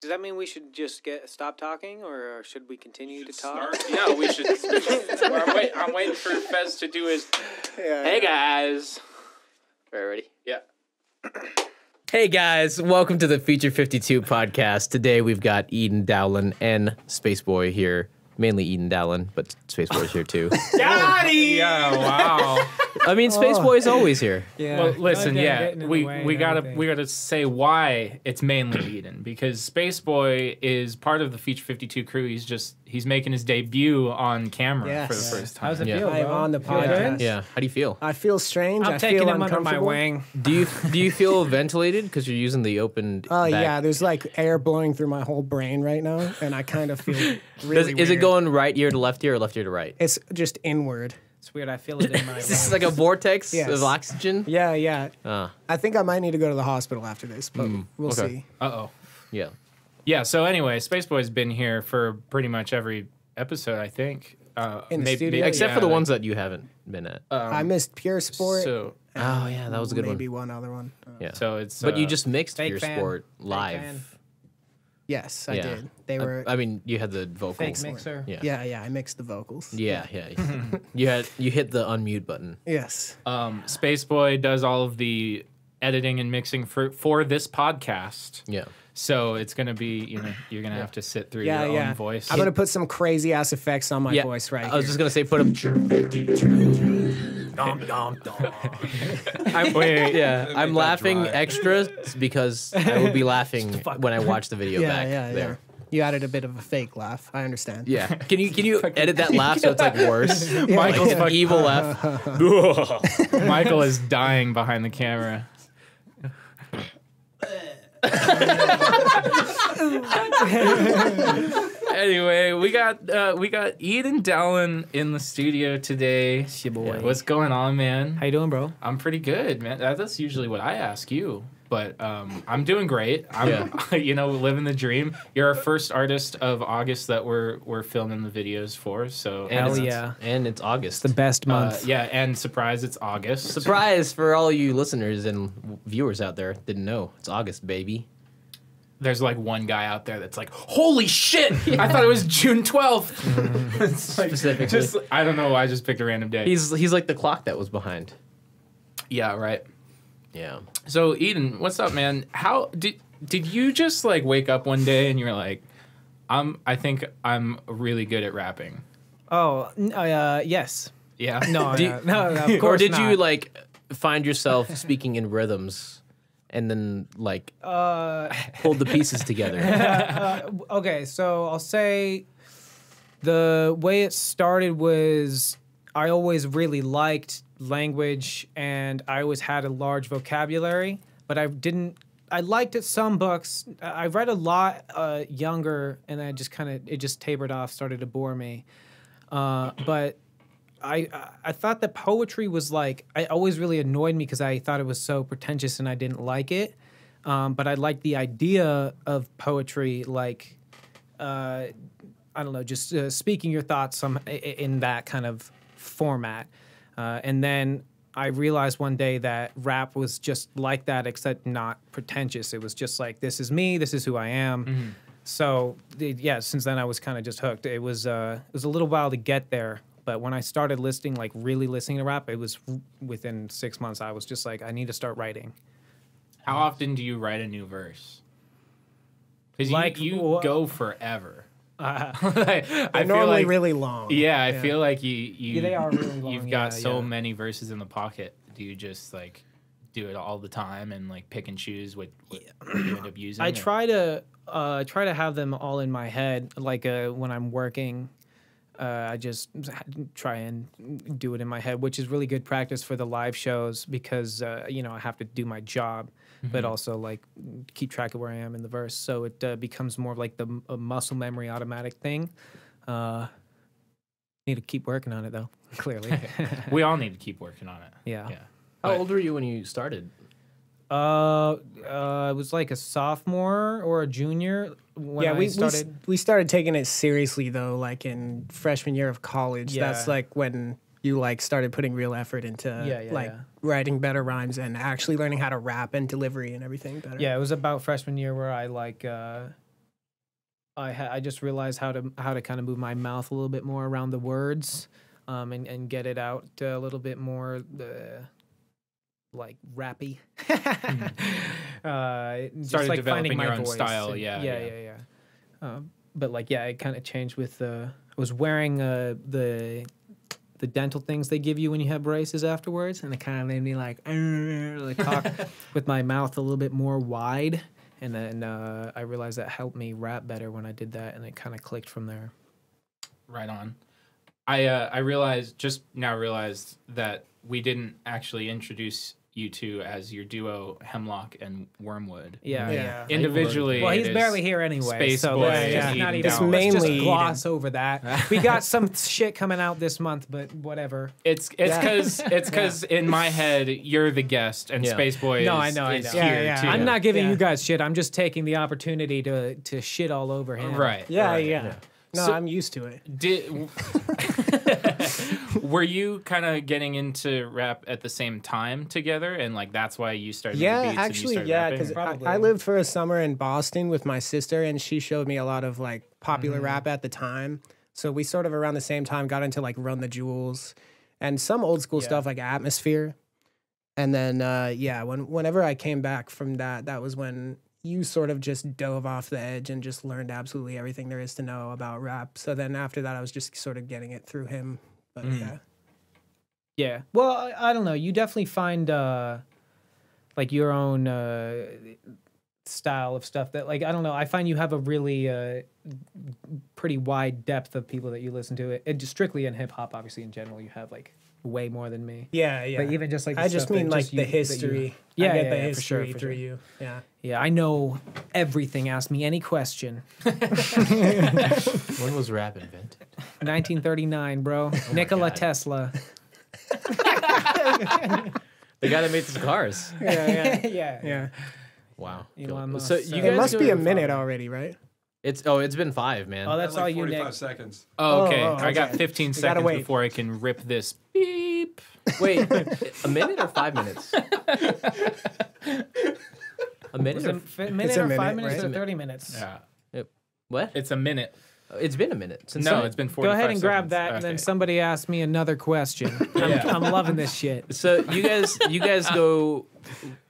Does that mean we should just get stop talking, or should we continue to talk? Snark? Yeah, we should. I'm, wait, I'm waiting for Fez to do his. Hey guys. All right, ready? Yeah. Hey guys, welcome to the Feature 52 podcast. Today we've got Eden Dowlin and Spaceboy here. Mainly Eden Dowlin, but Spaceboy's here too. Daddy. Yeah, wow. I mean, Oh. Spaceboy's always here. Yeah. well, listen, Goddamn yeah, getting in we the way we and gotta everything. we gotta say why it's mainly Eden because Space Boy is part of the Feature 52 crew. He's just he's making his debut on camera for the Yes. first time. How's it Yeah. feel, I'm bro? on the Feel good? podcast. Yeah. How do you feel? I feel strange. I'm I taking feel him under my uncomfortable. wing. Do you do you feel ventilated because you're using the open? Oh back- yeah, there's like air blowing through my whole brain right now, and I kind of feel Does- really. is it weird. going right ear to left ear or left ear to right? It's just inward. It's weird. I feel it in my. Is this like a vortex Yes. of oxygen? Yeah, yeah. Ah, Hmm, I think I might need to go to the hospital after this, but we'll okay. see. Uh oh. yeah. Yeah. So anyway, Space Boy's been here for pretty much every episode, I think. Uh, In the maybe, studio? Except yeah, for the like, ones that you haven't been at. I missed pure sport. So oh yeah, Um, that was a good maybe one. one. other one. Uh, Yeah. so it's but you uh, just mixed Fake your fan. sport Fake fan. live. yes, I yeah. did. They I- were. I, mean, you had the vocal. fake mixer. Yeah. yeah, yeah. I mixed the vocals. Yeah, yeah. you had you hit the unmute button. Yes. um, Space Boy does all of the editing and mixing for for this podcast. Yeah. So it's gonna be you know you're gonna have to sit through yeah, your yeah. own voice. I'm gonna put some crazy ass effects on my yeah. Oh, voice I right was here. just gonna say, put up. I'm, wait, wait, yeah. Yeah, I'm laughing extra because I will be laughing when I watch the video yeah, back yeah, there. yeah. You added a bit of a fake laugh. I understand. Yeah. Can you can you edit that laugh so it's like worse? Michael's Like an fuck- evil laugh. Michael is dying behind the camera. anyway, we got uh, we got Eden Dowlin in the studio today. your boy. What's going on, man? How you doing, bro? I'm pretty good, man. That, that's usually what I ask you, but um, I'm doing great. I'm, Yeah. you know, living the dream. You're our first artist of August that we're we're filming the videos for. So And Hell it's- yeah. And it's August. The best uh, month. yeah, and surprise, it's August. Surprise for all you listeners and viewers out there didn't know it's August, baby. There's like one guy out there that's like, "Holy shit! I thought it was June 12th." It's like, Specifically. just I don't know why I just picked a random day. He's he's like the clock that was behind. yeah, right. Yeah. So Eden, what's up, man? How did did you just like wake up one day and you're like, "I'm I think I'm really good at rapping." Oh, n- uh, yes. Yeah. No, Do- no, no, of or course did not. you like find yourself speaking in rhythms and then like Uh, pulled the pieces together? okay, so I'll say the way it started was I always really liked language and I always had a large vocabulary, but I didn't. I liked it some books. I I read a lot uh, younger, and I just kind of it just tapered off, started to bore me. Uh, but I I- I thought that poetry was like I always really annoyed me because I thought it was so pretentious and I didn't like it. Um, but I liked the idea of poetry, like uh, I don't know, just uh, speaking your thoughts some i- i- in that kind of format. Uh, and then I realized one day that rap was just like that, except not pretentious. It was just like this is me, this is who I am. So the- yeah, since then I was kind of just hooked. It was uh, it was a little while to get there. But when I started listening, like really listening to rap, it was w- within six months. I was just like, I need to start writing. How often do you write a new verse? Because Like you, you wha- go forever. Like, I They're feel normally like really long. yeah, I feel like you you Yeah, they are really long, you've got yeah, so yeah. many verses in the pocket. Do you just like do it all the time and like pick and choose what, what you end up using? I or- try to uh, try to have them all in my head. Like uh, when I'm working, uh, I just try and do it in my head, which is really good practice for the live shows because uh, you know I have to do my job, Mm-hmm. but also like keep track of where I am in the verse, so it uh, becomes more of like the m- a muscle memory automatic thing. Uh, need to keep working on it though. Clearly, We all need to keep working on it. yeah. Yeah. How old were you when you started? Uh, uh, it was like a sophomore or a junior when I yeah, we, we s- started. we started taking it seriously though, like in freshman year of college. That's Yeah. like when you like started putting real effort into Yeah, yeah, like yeah. writing better rhymes and actually learning how to rap and delivery and everything better. Yeah, it was about freshman year where I like uh, I ha- I just realized how to how to kind of move my mouth a little bit more around the words, um, and and get it out a little bit more the like rappy. uh, just Mm-hmm. Started like developing finding my your own voice style, and- yeah, yeah, yeah. yeah, yeah. Um, but like, yeah, it kind of changed with the. I was wearing uh, the the dental things they give you when you have braces afterwards, and it kind of made me like, Mm, like cock with my mouth a little bit more wide. And then uh, I realized that helped me rap better when I did that, and it kind of clicked from there. Right on. I uh, I realized just now realized that we didn't actually introduce you two as your duo Hemlock and Wormwood. Yeah, Yeah. yeah. Individually, Well, it he's is- barely here anyway, Space so Boy let's and just Eden not even Dallas. let's just Mainly gloss over that. We got some shit coming out this month, but whatever. It's it's because it's because in my head you're the guest and Yeah. Space Boy. No, is- I know, I is know. Here Yeah, yeah. too. I'm not giving Yeah. you guys shit. I'm just taking the opportunity to to shit all over him. right. Yeah, right. yeah. No, So- I'm used to it. Did were you kind of getting into rap at the same time together, and like that's why you started? making Yeah, beats and you actually, started yeah, rapping? because I, Probably. I lived for a summer in Boston with my sister, and she showed me a lot of like popular Mm-hmm. rap at the time. So we sort of around the same time got into like Run the Jewels and some old school stuff like Atmosphere. And then uh, yeah, when whenever I came back from that, that was when you sort of just dove off the edge and just learned absolutely everything there is to know about rap. So then after that, I was just sort of getting it through him. But Mm. yeah, Yeah. Well, I, I don't know. You definitely find uh like your own uh style of stuff that like I don't know. I find you have a really uh pretty wide depth of people that you listen to. It, it just strictly in hip hop, obviously in general, you have like way more than me. yeah, yeah. But even just like the I just stuff that mean like you- the that you- history. Yeah, I get yeah, the yeah, for sure, history for through sure. you. Yeah. yeah, I know everything. Ask me any question. When was rap invented? 1939, bro. Nikola God. Tesla. The guy that made the cars. yeah, yeah. Yeah. Wow. Elon Musk, So you so- guys It must go be to a minute five. already, right? It's oh, it's been five, man. Oh, that's Like all you need. 45 seconds. Oh, okay. oh, I got okay. 15 gotta seconds wait. before I can rip this beep. Wait, a minute or five minutes? a minute? Is it Or, a fi- minute It's a or five minute, minutes right? or 30 minutes? Yeah. what? It's a minute. It's been a minute since. No, I- it's been 45 Go ahead and grab seconds. that, and Okay. then somebody asked me another question. Yeah. I'm, I'm loving this shit. So you guys, you guys go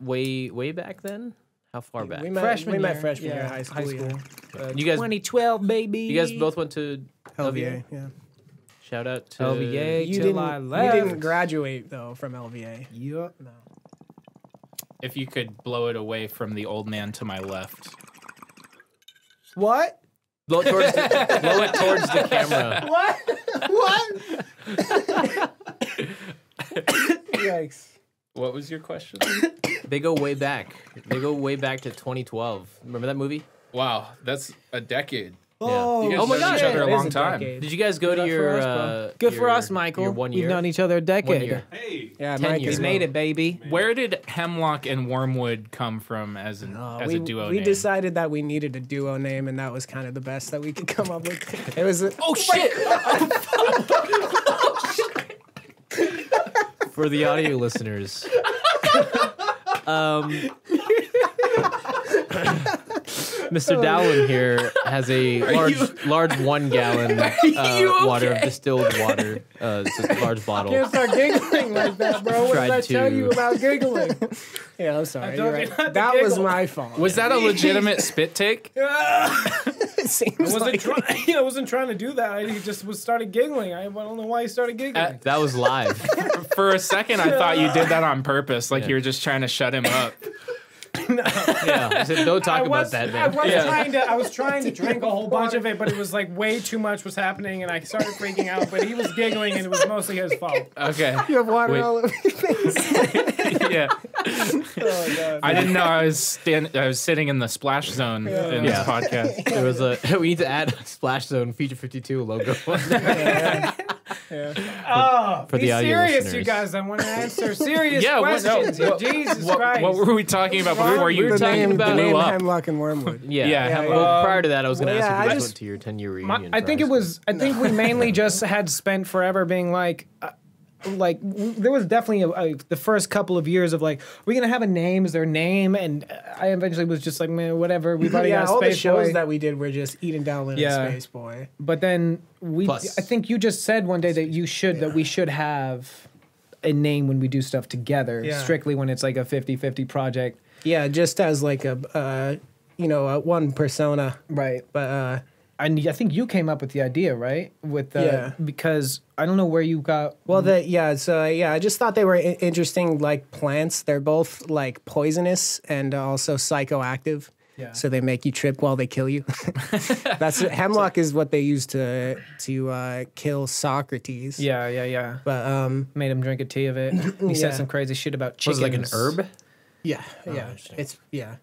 way, way back then. How far back? We met, Freshman we met year, freshman year yeah, of high school. yeah. You guys, 2012, baby. you guys both Uh, went to LVA. Yeah. Shout out to LVA You Oh, till I didn't, you left. didn't graduate though from LVA. Yup. If you could blow it away from the old man to my left. What? Blow it towards the, blow it towards the camera. What? what? Yikes. What was your question? They go way back. They go way back to 2012. Remember that movie? wow, that's a decade. Oh, You guys oh my known god! each other a It is long a time. decade. Did you guys go to Good for your us, bro. uh, Good for your- us, Michael. Your one year. We've known each other a decade. One year. Hey, Yeah, Ten Mike years. is We made it, baby. Where did Hemlock and Wormwood come from as an Uh, as we, a duo we name? decided that we needed a duo name, and that was kind of the best that we could come up with. It was a, Oh shit! For the audio listeners, um, Mr. Dowlin here has a large, large one-gallon uh, water of distilled water, uh, it's a large bottle. can't start giggling like that, bro. What did Tried I tell to- you about giggling? yeah, I'm sorry. You're right. That was my fault. was that a legitimate spit take? it seems I like wasn't, try- I wasn't trying to do that. I just was started giggling. I don't know why you started giggling. Uh, That was live. For a second, I thought you did that on purpose, like you were just trying to shut him up. Yeah, I said, don't talk I about was, that, I man. was trying to I was trying to drink a whole bunch of it, but it was like way too much was happening, and I started freaking out. But he was giggling, and it was mostly his fault. Okay, you have water Wait. all over your face. yeah. Oh, I didn't know I was stand- I was sitting in the splash zone in this Yeah. podcast. There was a. We need to add Splash Zone Feature Fifty Two logo. Oh, For the be audio serious, you listeners. guys. I want to answer serious Yeah, what- no, questions. what- Jesus What, Christ. what were we talking about before you were the talking name, about- the blew name up? Hemlock and Wormwood. Yeah. Yeah, Yeah, have yeah. a- Well, prior to that, I was going to well, ask yeah, if you guys I just- went to your 10 year My- reunion. I think it first. was. I think we mainly just had spent forever being like, uh, like w- there was definitely a, a, the first couple of years of like we're gonna have a name is their name and uh, I eventually was just like man whatever we've already yeah, got a all the space shows Boy. that we did were just eating down with Yeah. Space Boy. but then we Plus. I think you just said one day that you should that we should have a name when we do stuff together Yeah. strictly when it's like a 50-50 project Yeah, just as like a uh, you know a one persona, right but uh, and I think you came up with the idea right with uh, Yeah. because I don't know where you got well the yeah so yeah I just thought they were I- interesting like plants. They're both like poisonous and also psychoactive. Yeah. So they make you trip while they kill you. That's hemlock is what they use to to uh, kill Socrates. yeah yeah yeah But um made him drink a tea of it he Yeah. said some crazy shit about chickens Was it like an herb? Yeah, yeah, it's yeah, oh,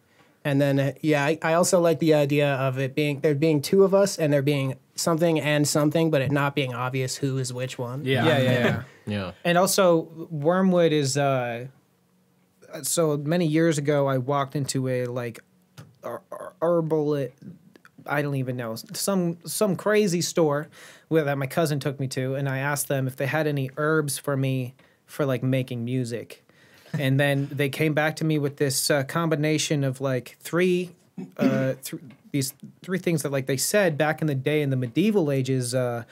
and then uh, yeah, I, I also like the idea of it being there being two of us and there being something and something, but it not being obvious who is which one. Yeah. yeah yeah yeah Yeah. And also, Wormwood is uh, so many years ago. I walked into a like her- her- herbal. I don't even know some some crazy store where that my cousin took me to, and I asked them if they had any herbs for me for like making music, and then they came back to me with this uh, combination of like three. Uh, th- these three things that, like they said back in the day in the medieval ages, uh,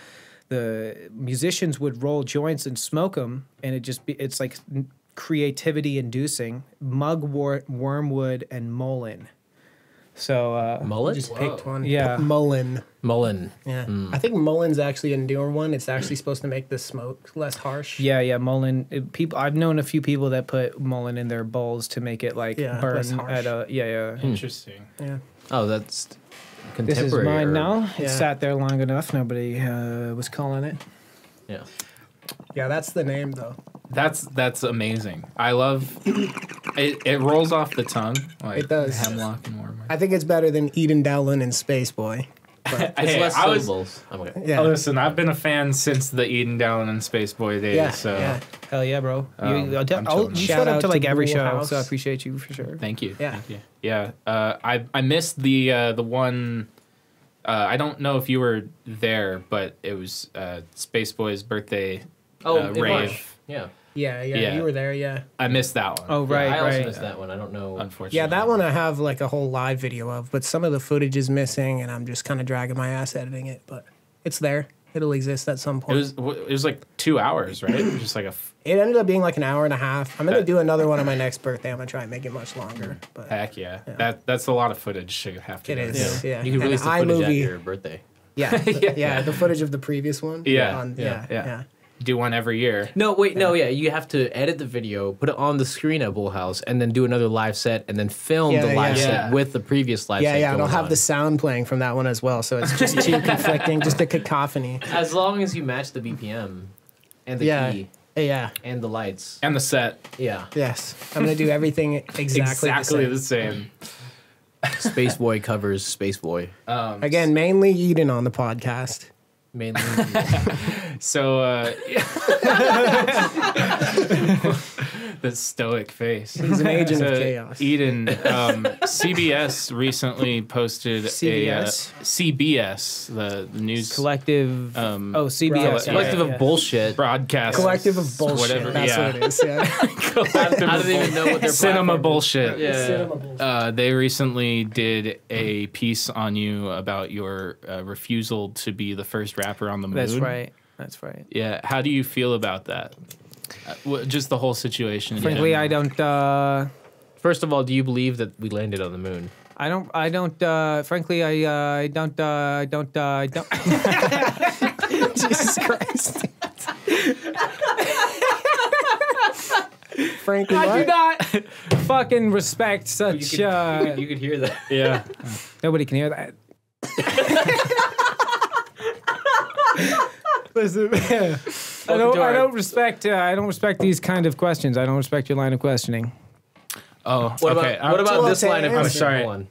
the musicians would roll joints and smoke them, and it just be, it's like creativity inducing mugwort, wormwood, and mullein. So uh, Mullet? Just picked one. Yeah. mullen. Mullen. Yeah, I think mullen's actually a newer one. It's actually supposed to make the smoke less harsh. yeah, yeah, mullein. it- people, I've known a few people that put mullein in their bowls to make it like Yeah, burn less harsh. at a yeah, Mm, yeah. Interesting. yeah. Oh, that's contemporary. This is mine herb. now. It Yeah. sat there long enough. Nobody uh, was calling it. Yeah. Yeah, that's the name though. That's that's amazing. I love it. It rolls off the tongue. Like It does. Hemlock and warmer. I think it's better than Eden Dowlin and Space Boy. It's Hey, less I was- syllables. I'm okay. Yeah, Oh, Listen, I've been a fan since the Eden Down and Space Boy days. yeah, so yeah. Hell yeah, bro! Um, you I'll de- I'm I'll- chilling. you Shout showed up out to like to every show, Woolhouse. so I appreciate you for sure. Thank you. Yeah. Thank you. Yeah. Uh, I I missed the uh, the one. Uh, I don't know if you were there, but it was uh, Space Boy's birthday Oh, uh, in rave. March. Yeah. yeah, yeah, Yeah. You were there, yeah. I missed that one. Oh right, I also right. missed that one. I don't know. unfortunately. Yeah, that one I have like a whole live video of, but some of the footage is missing, and I'm just kind of dragging my ass editing it. But it's there; it'll exist at some It point. It, was it was like two hours, right? It was just like a f- ended up being like an hour and a half. Uh, I'm gonna do another one on my next birthday. I'm gonna try and make it much longer, but heck yeah. That that's a lot of footage to have to. it go is. through. Yeah, You can And release the footage after iMovie- your birthday. Yeah, yeah, the footage of the previous one. Yeah, on, yeah, yeah, yeah. yeah, Do one every year. No, wait, no, yeah. You have to edit the video, put it on the screen at Bullhouse, and then do another live set, and then film Yeah, the live yeah. set Yeah. with the previous live yeah, set. yeah. And I'll going have on. the sound playing from that one as well, so it's just two conflicting, just a cacophony. As long as you match the BPM and the Yeah. key Yeah. and the lights. And the set Yeah. Yes, I'm gonna do everything exactly, exactly, the same. the same. Space Boy covers Space Boy. Um, Again, mainly Eden on the podcast. Mainly. So uh, the stoic face. He's an agent of So, chaos. Eden, um, CBS recently posted CBS? a uh, CBS, the, the news Collective. um, oh, CBS. Yeah. Collective of Yeah. bullshit. broadcast collective of bullshit. Whatever, That's yeah. what it is. Yeah. collective I of don't even know what their cinema platform is. bullshit. Yeah. Cinema bullshit. Uh, they recently did a piece on you about your uh, refusal to be the first rapper on the moon. That's right. That's right. Yeah. How do you feel about that? Uh, wha- just the whole situation. in Frankly, I general. don't. Uh, First of all, do you believe that we landed on the moon? I don't. I don't. Uh, frankly, I. Uh, I don't. Uh, I don't. Uh, I don't. Jesus Christ. Frankly, I do what? not fucking respect such. uh, you could hear that. Yeah. nobody can hear that. Listen, I don't. to our- I don't respect. Uh, I don't respect these kind of questions. I don't respect your line of questioning. Oh. What okay. about, what I'm- about Well, this to line of answer- question? sorry. Hold on.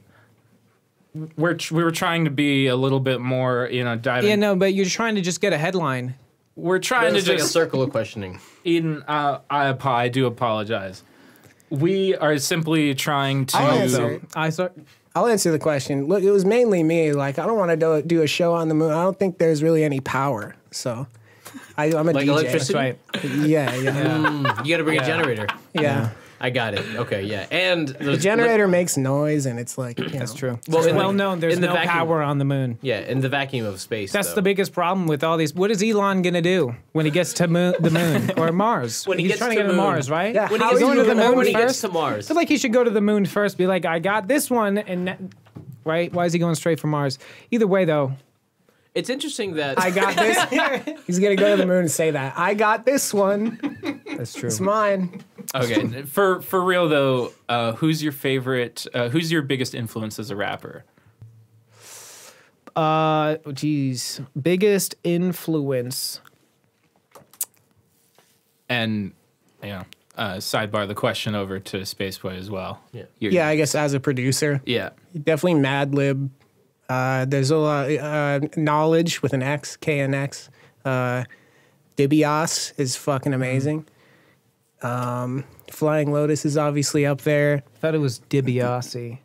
We're tr- we were trying to be a little bit more, you know, diving. Yeah, no, but you're trying to just get a headline. We're trying to It's like a just circle of questioning. Eden. Uh, I apo- I do apologize. We are simply trying to. I'll answer. it. I start. I'll answer the question. Look, it was mainly me. Like, I don't want to do, do a show on the moon. I don't think there's really any power. So I, I'm a Like DJ. electricity? Right. Yeah, yeah, yeah. Hmm. Mm, you got to bring a generator. yeah. I got it. Okay, yeah. And The generator makes noise, and it's like that's True. Well, Well, in the- well known. There's in the no vacuum- power on the moon. Yeah, in the vacuum of space. That's though. the biggest problem with all these. What is Elon gonna do when he gets to moon, the moon or Mars? When he He's gets trying to to get moon. to Mars, right? Yeah, When How he gets is he to gonna the go moon, when he gets first? to Mars. I feel like he should go to the moon first. Be like, I got this one, and that- right. Why is he going straight for Mars? Either way, though, It's interesting that I got this. He's gonna go to the moon and say that I got this one. that's true. It's mine. Okay, for for real though, uh, who's your favorite? Uh, who's your biggest influence as a rapper? Uh, geez, biggest influence. And you know, uh, sidebar the question over to Spaceboy as well. Yeah, Yeah, I guess as a producer, yeah. definitely Mad Lib. Uh, there's a lot uh, knowledge with an X, K and X. Uh, Dibias is fucking Mm-hmm. amazing. Um, Flying Lotus is obviously up there. I thought it was Dibiase.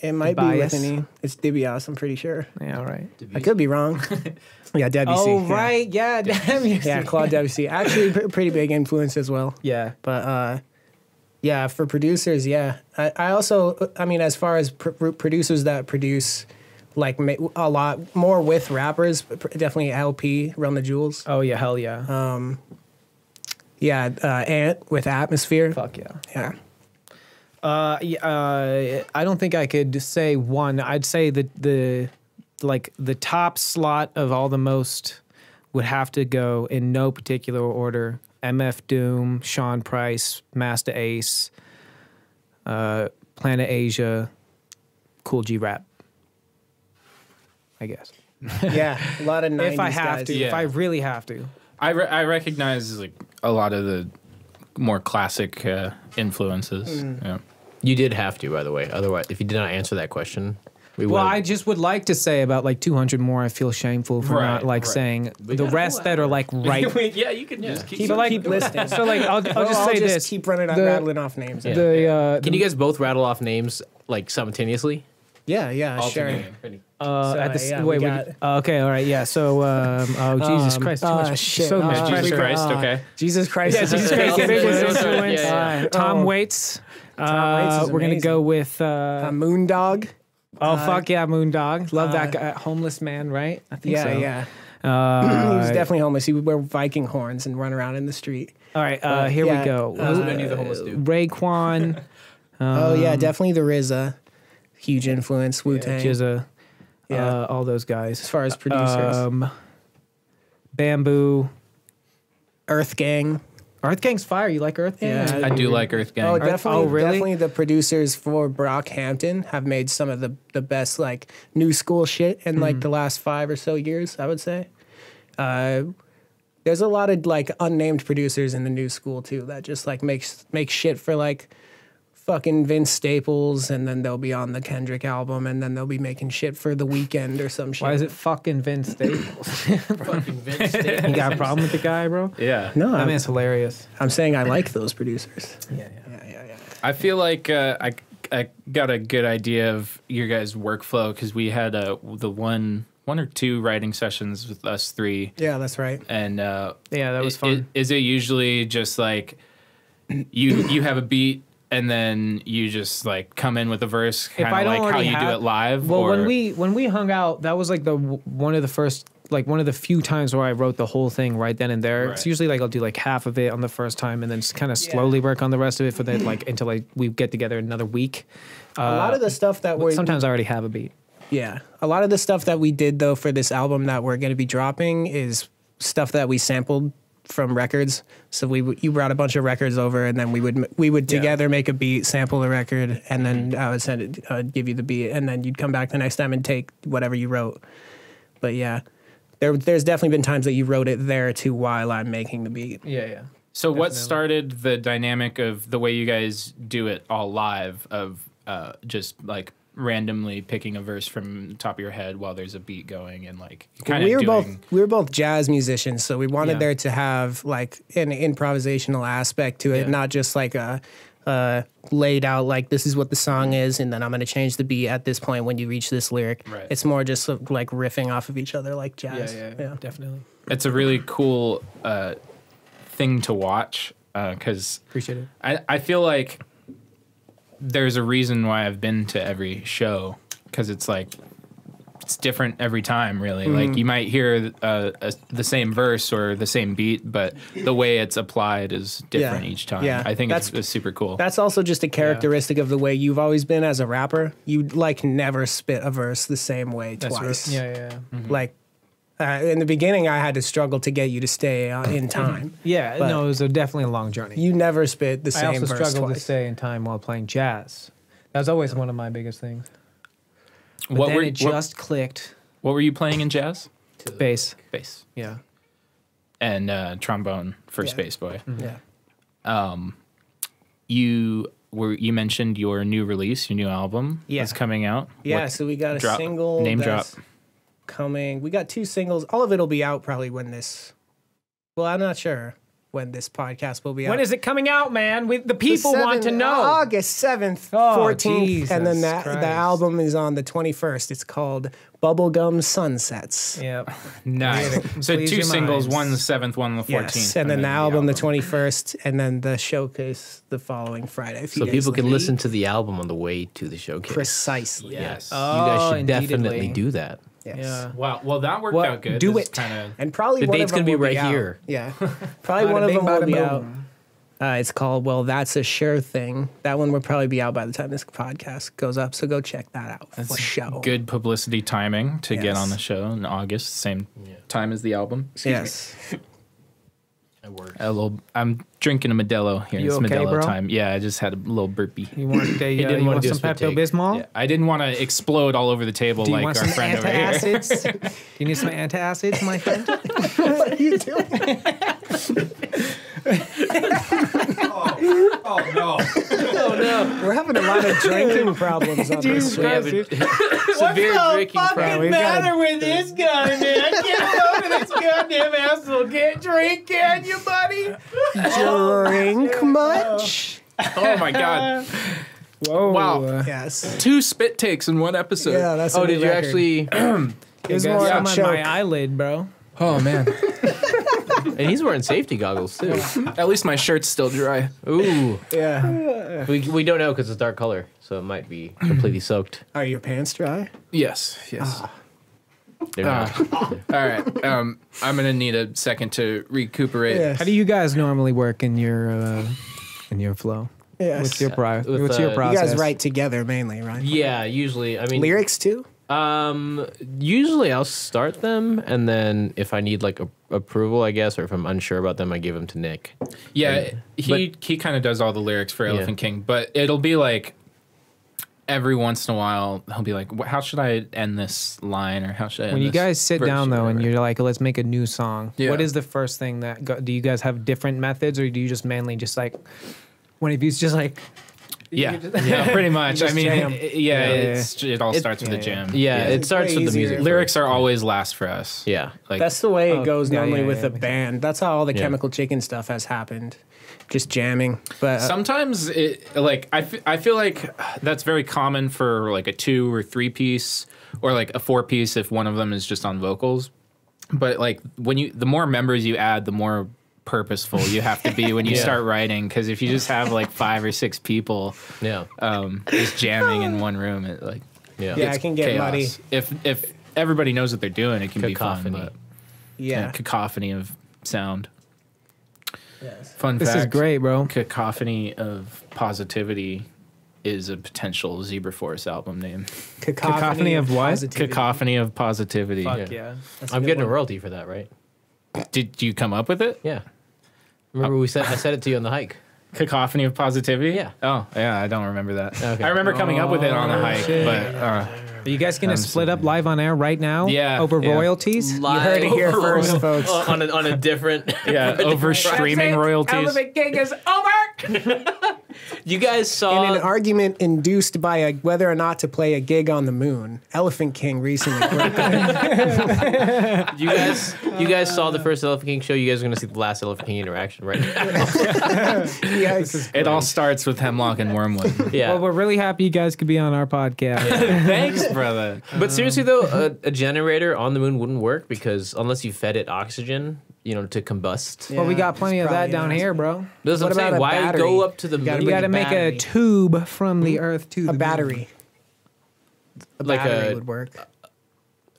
It might be with Dibias. an E. It's Dibias, I'm pretty sure. Yeah, right. I could be wrong. yeah, WC. Oh, yeah. right. Yeah, damn you. Yeah, Claude WC. Actually, pr- pretty big influence as well. Yeah. But uh, yeah, for producers, yeah. I, I also, I mean, as far as pr- pr- producers that produce like ma- a lot more with rappers, pr- definitely LP, Run the Jewels. Oh yeah, hell yeah. Yeah, uh, Ant with Atmosphere. Fuck yeah. Yeah. Uh, y- uh, I don't think I could say one. I'd say that the like the top slot of all the most would have to go in no particular order. MF Doom, Sean Price, Master Ace, uh, Planet Asia, Cool G Rap. I guess Yeah, a lot of 90s if I have guys. to, if Yeah. I really have to. I re- I recognize like a lot of the more classic uh, influences. Yeah. you did have to, by the way. Otherwise, if you did not answer that question, we would. Well, I just would like to say about like 200 more. I feel shameful for Right, not like right. saying the got- rest that are like right yeah, you can just keep. Keep, like- keep listening. So like, I'll, I'll We'll just all say this: Oh, Keep running on The- rattling off names. Yeah, the uh, Can you guys both rattle off names like simultaneously? yeah, sure. alternating. uh, So, at the s- yeah, we wait, we got- uh, okay, all right, yeah. So, um, oh Jesus Christ, too uh, much, shit, so uh, much Yeah, Jesus pressure. Christ. Okay. Jesus Christ. Yeah, Jesus Christ, Yeah, big yeah, yeah. influence. Yeah, yeah. Tom Oh. Um, Waits. Uh, Waits is we're gonna amazing. go with uh, Uh, Moondog. oh fuck yeah, Moondog. Love that uh, guy, homeless man, right? I think Yeah, so. yeah. Uh, he was definitely homeless. He would wear Viking horns and run around in the street. all right, uh, here yeah, we go. uh, many of the homeless do. Raekwon, oh yeah, definitely the RZA, huge influence. Wu Tang. Yeah, Jizza, uh, all those as guys. far as producers, Um, Bamboo. Earth Gang. Earth Gang's fire. You like Earth Gang? Yeah. I do like Earth Gang. Oh, definitely, oh, really? definitely the producers for Brockhampton have made some of the, the best like new school shit in like the last five or so years. I would say. Uh, there's a lot of like unnamed producers in the new school too that just like makes make shit for like fucking Vince Staples and then they'll be on the Kendrick album and then they'll be making shit for the weekend or some shit. Why is it fucking Vince Staples? you got a problem with the guy, bro? yeah. No, That I'm, man's hilarious. I'm saying I like those producers. Yeah, yeah. I feel like uh, I I got a good idea of your guys' workflow because we had uh, the one one or two writing sessions with us three, Yeah, that's right. and uh, Yeah, that was i- fun. i- Is it usually just like you you have a beat and then you just like come in with a verse, kind I of don't like how already you do have- it live? Well, or- when we when we hung out, that was like the w- one of the first like one of the few times where I wrote the whole thing right then and there. It's Right. usually like I'll do like half of it on the first time and then kind of slowly work on the rest of it for the like until like we get together another week. Uh, a lot of the stuff that we're sometimes I already have a beat. yeah, a lot of the stuff that we did though for this album that we're going to be dropping is stuff that we sampled from records. So we w- you brought a bunch of records over, and then we would m- we would together make a beat, sample the record, and then I would send it, uh, give you the beat, and then you'd come back the next time and take whatever you wrote. But yeah. There, there's definitely been times that you wrote it there too while I'm making the beat. Yeah, yeah. So what started the dynamic of the way you guys do it all live of uh, just like randomly picking a verse from the top of your head while there's a beat going and like kind of we were doing both we were both jazz musicians, so we wanted Yeah. there to have like an improvisational aspect to it, not just like a uh, laid out like this is what the song is, and then I'm gonna change the beat at this point when you reach this lyric. Right. It's more just uh, like riffing off of each other like jazz. yeah, definitely. it's a really cool uh, thing to watch uh, because Appreciate it. I, I feel like there's a reason why I've been to every show because it's like it's different every time really Mm-hmm. like you might hear uh, a, the same verse or the same beat but the way it's applied is different Yeah. each time Yeah. I think it's, That's- it's super cool That's also just a characteristic of the way you've always been as a rapper. You like never spit a verse the same way right. twice. Yeah, Mm-hmm. yeah, yeah. Like uh, in the beginning, I had to struggle to get you to stay uh, in time. Yeah, But- no, it was a definitely a long journey. You never spit the I same also verse struggled to twice. stay in time while playing jazz. That was always one of my biggest things. But what then were it what, just clicked. what were you playing in jazz Bass. bass Yeah. and uh, trombone for Space Boy yeah. Mm. you were you mentioned your new release your new album Yeah. that's coming out Yeah, What- so we got a drop- single name that's drop. coming. We got two singles. All of it'll be out probably when this. Well, I'm not sure when this podcast will be out. When is it coming out, man? We, the people The want to seventh- know. August seventh, Oh, fourteenth, and then Jesus that Christ. the album is on the twenty first. It's called Bubblegum Sunsets. Yeah. Nice. So Please two your singles, minds. one the seventh, one the fourteenth, Yes, and then the album the twenty first, and then the showcase the following Friday. a few So days people can later. listen to the album on the way to the showcase. precisely. Yes. Oh, you guys should indeedly. definitely do that. Yes. Yeah. Wow. Well, that worked Well, out good. do This it. Kind And probably The one date's of them gonna be will right out. here. Yeah, probably Bada one of bing, them will bada be boom. out. Uh, it's called "Well, That's a Sure Thing." That one will probably be out by the time this podcast goes up. So go check that out for show. of good publicity timing to get Yes. on the show in August, same time as the album. Yes. It works. A little. I'm drinking a Modelo here. You it's okay, Modelo bro? time. Yeah, I just had a little burpee. You want, they, uh, didn't you wanna want do a some spit Pepto take. Bismol? Yeah, I didn't want to explode all over the table Do you like our want some friend over here. antacids? do you need some antacids, my friend? what are you doing? Oh no! We're having a lot of drinking problems on this Jesus show. We have a severe drinking problem. We've got a- with this guy, man? I can't over this goddamn asshole. Can't drink, can you, buddy? Drink much? Oh my god! Whoa. Wow. Yes. Two spit takes in one episode. Yeah, that's. a Oh, new did you record. actually? It was guys, more yeah. on my, Choke. my eyelid, bro. Oh man. And he's wearing safety goggles too. At least my shirt's still dry. Ooh, Yeah. we, we don't know because it's dark color, so it might be completely soaked. Are your pants dry? Yes. Yes. They're not. All right. Um, I'm gonna need a second to recuperate. Yes. How do you guys normally work in your uh, in your flow? Yes. What's your pro- With, What's your uh, you guys You process? guys write together mainly, right? Yeah, usually. I mean, Lyrics too. Um, usually I'll start them, and then if I need like a, approval, I guess, or if I'm unsure about them, I give them to Nick. Yeah. He he kind of does all the lyrics for Elephant King, but it'll be like every once in a while he'll be like, "Wh- "How should I end this line?" or "How should I?" End When you this guys sit verse?" down or though, and whatever. you're like, "Let's make a new song." Yeah. What is the first thing that go- do you guys have different methods, or do you just mainly just like one of you's just like yeah, yeah, pretty much. I just mean, jam. it- it- yeah, Yeah. it's it all starts with a jam. Yeah, it It's starts way with the easier. music. lyrics are always last for us. Yeah, like That's the way it Oh, goes yeah, normally yeah, with yeah, a makes band. That's how all the Yeah. Chemical Chicken stuff has happened, just jamming. But uh, sometimes it like I, f- I feel like that's very common for like a two or three piece or like a four piece if one of them is just on vocals but like when you the more members you add the more purposeful you have to be when you Yeah. start writing because if you just have like five or six people yeah, um just jamming in one room it like yeah. yeah, it it's can get chaos. muddy. if if everybody knows what they're doing it can be Cacophony. fun but Yeah. cacophony of sound Yes. fun "This is fact great, bro"? cacophony of positivity is a potential zebra force album name Cacophony, Cacophony of what? positivity. cacophony of positivity I'm getting a royalty for that, right? did you come up with it Yeah. Remember we said I said it to you on the hike. cacophony of positivity Yeah. oh yeah i don't remember that Okay. i remember coming up with it on a Oh, hike shit. but uh, Are you guys gonna split up live on air right now? Yeah, Over yeah. royalties. Live heard it here first, folks. on a, on a different. yeah over streaming royalties King is over. You guys In saw an argument induced by a, whether or not to play a gig on the moon, Elephant King recently broke up. you guys you guys saw the first Elephant King show. You guys are gonna see the last Elephant King interaction, right? Yikes. It all starts with Hemlock and Wormwood. yeah. Well, we're really happy you guys could be on our podcast. Thanks, brother. But seriously though, a, a generator on the moon wouldn't work because unless you fed it oxygen, you know, to combust. Well, we Yeah, got it's plenty of that probably down an here, bro. That's what, What I'm saying. about a Why battery? go up to the moon? You got to make a battery. tube from the Earth to the A moon. battery. A Like battery a- would work.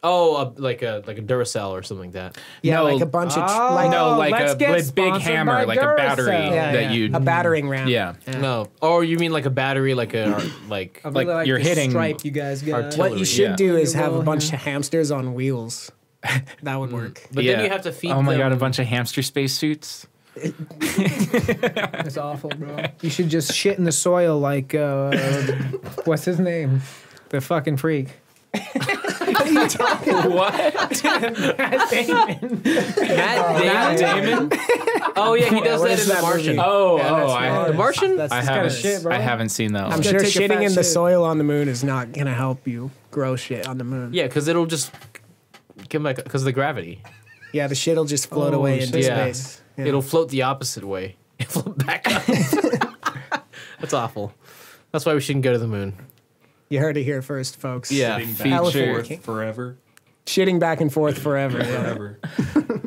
oh, a, like a like a Duracell or something like that. Yeah, no, like a bunch of tr- Oh, like no, like let's a get big- big sponsored hammer, by like a battery Duracell. Yeah, that yeah. you. a battering ram. uh, yeah. No. Oh, you mean like a battery, like a like I really Like, you're the hitting stripe you guys got. artillery. What you should yeah. do is Your have a wall, bunch of hamsters on wheels. That would work. But then Yeah. you have to feed. Oh my them. god, a bunch of hamster spacesuits. That's awful, bro. You should just shit in the soil like uh, what's his name, the fucking freak. what? Matt Damon. Oh yeah, he does what that is in The that Martian. movie? Oh, Yeah, oh, that's I, not- The Martian. That's I just haven't. kinda shit, bro. I haven't seen that. I'm one. Go sure take your shitting fat in the shit. soil on the moon is not gonna help you grow shit on the moon. Yeah, because it'll just come back because of the gravity. Yeah, the shit'll just float Oh, away into shit. Yeah. space. Yeah. It'll float the opposite way. It'll float back up. That's awful. That's why we shouldn't go to the moon. you heard it here first, folks. Yeah. Elephant feature. King. forever, shitting back and forth forever. yeah. forever.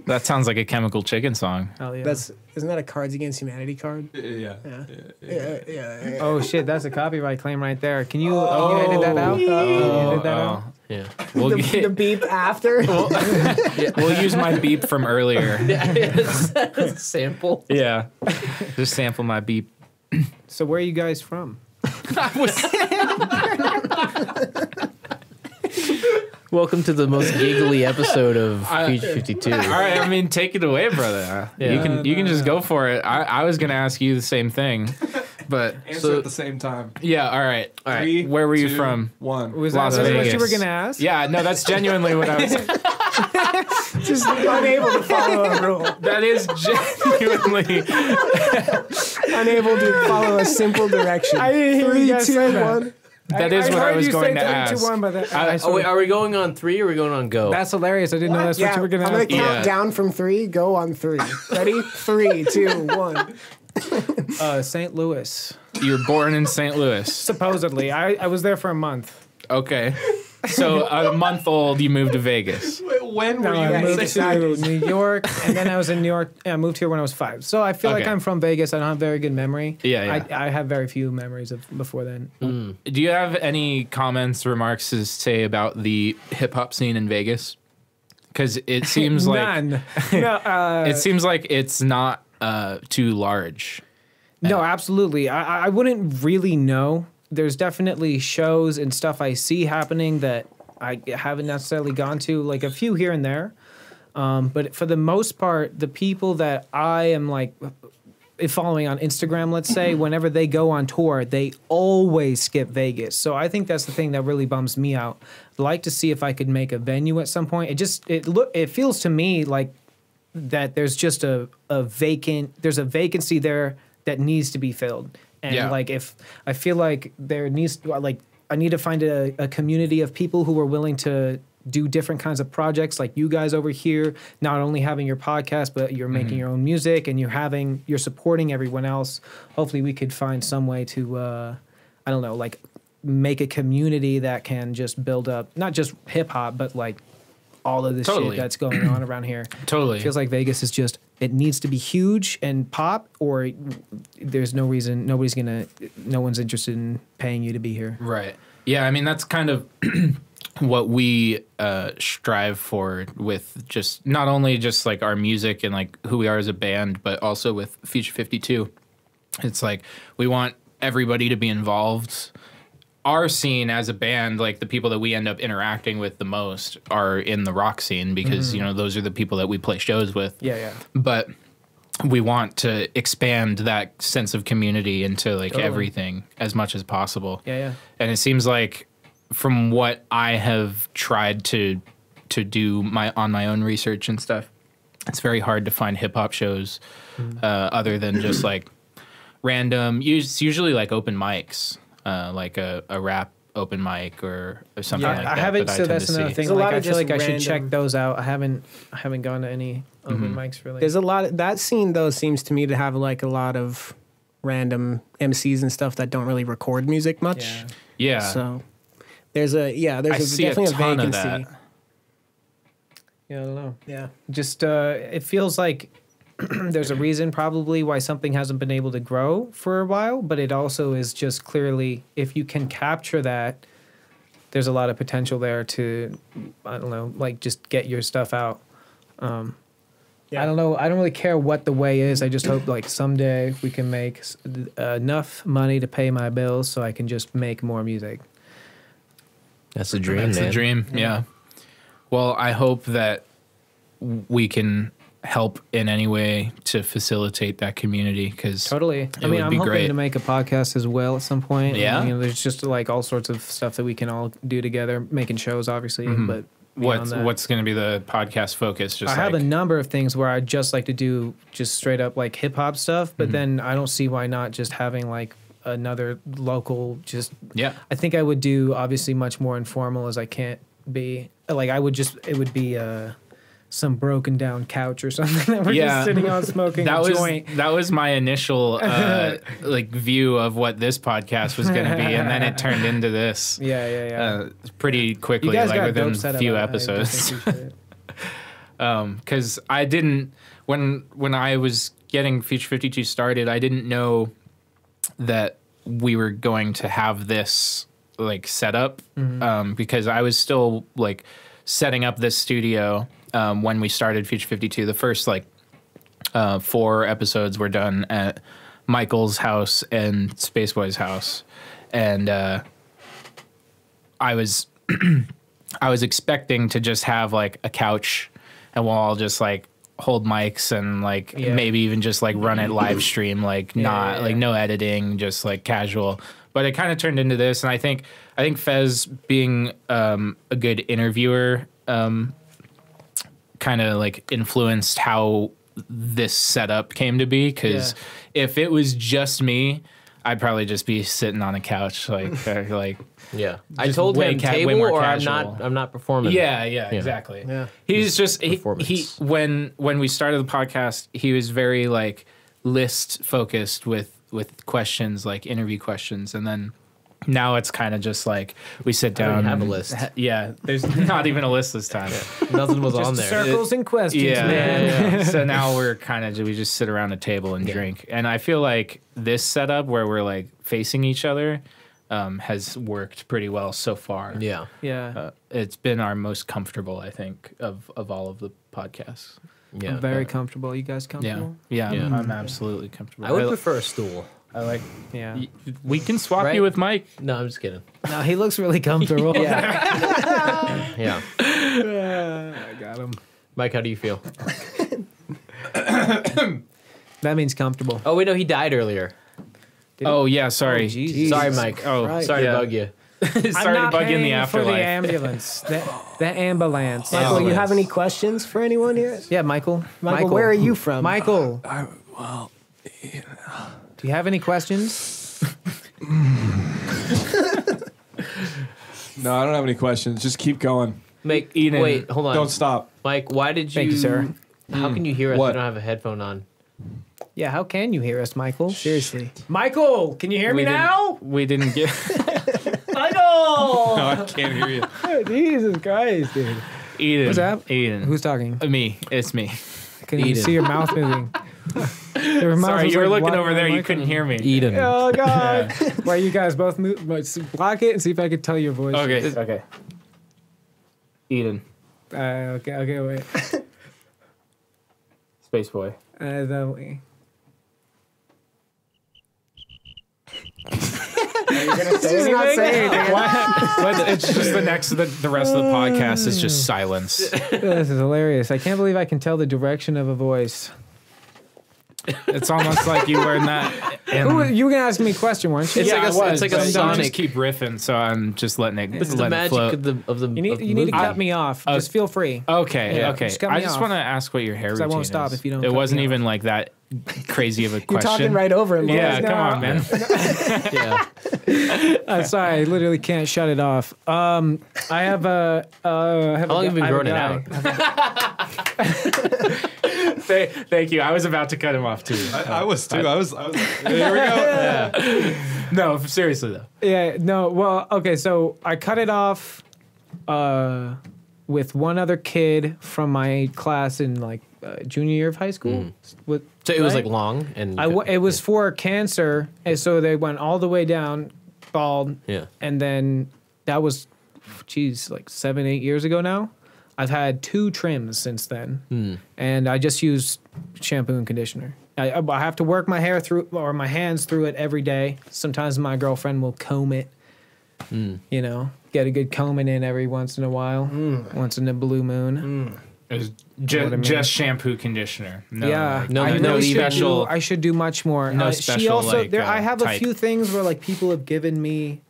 That sounds like a Chemical Chicken song. Hell yeah. That's isn't that a Cards Against Humanity card? yeah. yeah. Yeah, yeah. yeah. oh shit, that's a copyright claim right there. Can you, can you edit that out? Can you edit that out? Oh. Yeah. We'll, The, the get, beep after. we'll use my beep from earlier. Sample. yeah. Just sample my beep. So where are you guys from? Welcome to the most giggly episode of I- Future 52. All right, I mean, take it away, brother. Yeah. You can you can just go for it. I, I was gonna ask you the same thing, but Answer So- at the same time. yeah, all right, all right. Three, Where were you two, from? One. Was Las that really what you Vegas. were gonna ask? Yeah, no, that's genuinely what I was. just unable to follow a rule. That is genuinely. Unable to follow a simple direction. I didn't hear Three, you guys say two, that. one. That is I what I heard was you say going to three, ask. two, one, but that- I Oh, wait, swear- are we going on three or are we going on go? that's hilarious. I didn't know that's what you were gonna I'm gonna ask. count Yeah. down from three. Go on three. Ready? Three, two, one. Uh, St. Louis. You were born in St. Louis. Supposedly, I, I was there for a month. Okay. So a month old, you moved to Vegas. Wait, when were No, you Uh, I in moved Vegas? to New York, and then I was in New York. and I moved here when I was five, so I feel like Okay. I'm from Vegas. I don't have very good memory. Yeah, yeah. I, I have very few memories of before then. Do you have any comments, remarks to say about the hip hop scene in Vegas? Because it seems like None. no, uh, it seems like it's not uh, too large. no, absolutely. I, I- I wouldn't really know. There's definitely shows and stuff I see happening that I haven't necessarily gone to, like a few here and there. Um, but for the most part, the people that I am like following on Instagram, let's say, whenever they go on tour, they always skip Vegas. So I think that's the thing that really bums me out. I'd like to see if I could make a venue at some point. It just it look it feels to me like that there's just a, a vacant there's a vacancy there that needs to be filled. And Yeah. like if I feel like there needs like I need to find a, a community of people who are willing to do different kinds of projects like you guys over here not only having your podcast but you're Mm-hmm. making your own music and you're having you're supporting everyone else hopefully we could find some way to uh i don't know like make a community that can just build up not just hip hop but like all of this Totally. shit that's going on around here Totally. feels like vegas is just it needs to be huge and pop or there's no reason nobody's gonna no one's interested in paying you to be here Right. Yeah, I mean that's kind of what we uh, strive for with just not only just like our music and like who we are as a band, but also with Future Fifty Two. It's like we want everybody to be involved. Our scene as a band, like the people that we end up interacting with the most, are in the rock scene because you know those are the people that we play shows with yeah yeah but we want to expand that sense of community into like everything as much as possible. Yeah, yeah. And it seems like from what I have tried to to do my on my own research and Mm. stuff, it's very hard to find hip hop shows uh, other than just like random. us- It's usually like open mics, uh, like a, a rap open mic or, or something I, like I that. haven't. that I So tend that's to another see. thing. There's a Like, lot I of feel like just I should check random- those out. I haven't. I haven't gone to any open mics really. There's a lot that scene though seems to me to have like a lot of random MCs and stuff that don't really record music much. Yeah. Yeah, So there's a yeah, I there's a, see a definitely ton of vacancy. that. yeah, I don't know. Yeah. Just uh, it feels like there's a reason probably why something hasn't been able to grow for a while, but it also is just clearly if you can capture that, there's a lot of potential there to I don't know, like just get your stuff out. Um, I don't know. I don't really care what the way is. I just hope like someday we can make s- th- enough money to pay my bills so I can just make more music. That's a dream, That's man. the dream. Yeah. Well, I hope that we can help in any way to facilitate that community because Totally. I It mean, would I'm be hoping great. to make a podcast as well at some point. Yeah? I mean, there's just like all sorts of stuff that we can all do together, making shows, obviously. But beyond Mm-hmm. what's that- what's going to be the podcast focus? Just I have a like- number of things where I just like to do just straight up like hip hop stuff, Mm-hmm. but then I don't see why not just having like another local just yeah. I think I would do obviously much more informal as I can't be. Like I would just it would be uh some broken down couch or something that we're Yeah. just sitting on smoking That a was joint. that was my initial uh, like view of what this podcast was going to be, and then it turned into this Yeah, yeah, yeah. uh, pretty you quickly, guys like got within dope set a up. few I- I episodes. definitely appreciate it. because um, I didn't when when I was getting Future Fifty Two started, I didn't know that we were going to have this like set up um, because I was still like setting up this studio um, when we started Future Fifty Two. The first like uh, four episodes were done at Michael's house and Spaceboy's house, and uh, I was I was expecting to just have like a couch and we'll all just like hold mics and like Yeah. maybe even just like run it live stream like not yeah, like yeah. no editing just like casual but it kind of turned into this and I think I think Fez being um, a good interviewer kind of like influenced how this setup came to be because if it was just me i'd probably just be sitting on a couch like uh, like Yeah. I Just told way him ca- way table more or I'm casual. not I'm not performing. yeah, yeah, exactly. Yeah. He's just he, he performance. when when we started the podcast, he was very like list focused with with questions like interview questions and then now it's kind of just like we sit I don't down have a and- list. Yeah, there's not even a list this time. Nothing was on there. Circles and questions, Yeah. man. so now we're kind of we just sit around a table and drink, and I feel like this setup where we're like facing each other um, has worked pretty well so far. Yeah. Yeah. Uh, it's been our most comfortable, I think, of of all of the podcasts. Yeah. I'm very comfortable. You guys comfortable? yeah, Yeah. I'm, I'm absolutely comfortable. I would prefer a stool. I like. Yeah. y- We can swap Right? you with Mike. No, I'm just kidding. No, he looks really comfortable. yeah. Yeah. I got him. Mike, how do you feel? That means comfortable. Oh, wait, no, he died earlier. Oh yeah, sorry. Jesus. Sorry, Mike. Oh, Christ. Sorry yeah. to bug you. sorry to bug you in the For the afterlife. ambulance. the, the ambulance. Michael, you Ambulance. have any questions for anyone here? Yeah, Michael. Michael, where are you from? Michael. well, do you have any questions? No, I don't have any questions. Just keep going. Mike, Eden. wait, hold on. Don't stop. Mike, why did you. Thank you, sir. How can you hear us? What? I don't have a headphone on. Yeah, how can you hear us, Michael? Seriously. Michael, can you hear me we now? Didn't, we didn't get. Michael! no, I can't hear you. Jesus Christ, dude. Eden. What's up? Eden. Who's talking? Uh, me? It's me. Can you Eden. see your mouth moving? Your mouth Sorry, was, you were like, looking blocking over my there. You microphone. couldn't hear me. Eden. Oh god! Why you guys both move? like, s- Block it and see if I can tell your voice. Okay. Okay. Eden, Uh, okay. Okay. Wait. space boy. Uh, that way. He's not saying anything. But it's just the next. The, the rest of the podcast is just silence. This is hilarious. I can't believe I can tell the direction of a voice. It's almost like you learned that. in- Ooh, you were gonna ask me a question, weren't you? It's like a- I was, it's like a but you Sonic- just keep riffing, so I'm just letting it. It's let the it magic float. of the of the. you need, of the you need to movie. cut me off. Just feel free. Okay, Yeah. okay. Just cut I me just off. want to ask what your hair routine I won't is. stop if you don't It cut me wasn't off. even like that crazy of a You're question. talking right over him. bro. Yeah, No. come on, man. Yeah. I'm Uh, sorry, I literally can't shut it off. Um, I have a. Uh, I have How long a, have you been I a growing it guy. out? Th- Thank you. I was about to cut him off too. I was too. I was. I was There we go. No, f- seriously though. Yeah, no, well, okay, so I cut it off uh, with one other kid from my class in like uh, junior year of high school. With, So it was right? like long and. I w- it was for cancer, and so they went all the way down, bald. Yeah. And then that was, geez, like seven, eight years ago now. I've had two trims since then, and I just use shampoo and conditioner. I, I have to work my hair through or my hands through it every day. Sometimes my girlfriend will comb it. You know, get a good combing in every once in a while, once in a blue moon. It was ju- mean? just shampoo conditioner. No, yeah, like, no, I no, really no should special- Do, I should do much more. No Uh, she special, also like, there. uh, I have a type. few things where like people have given me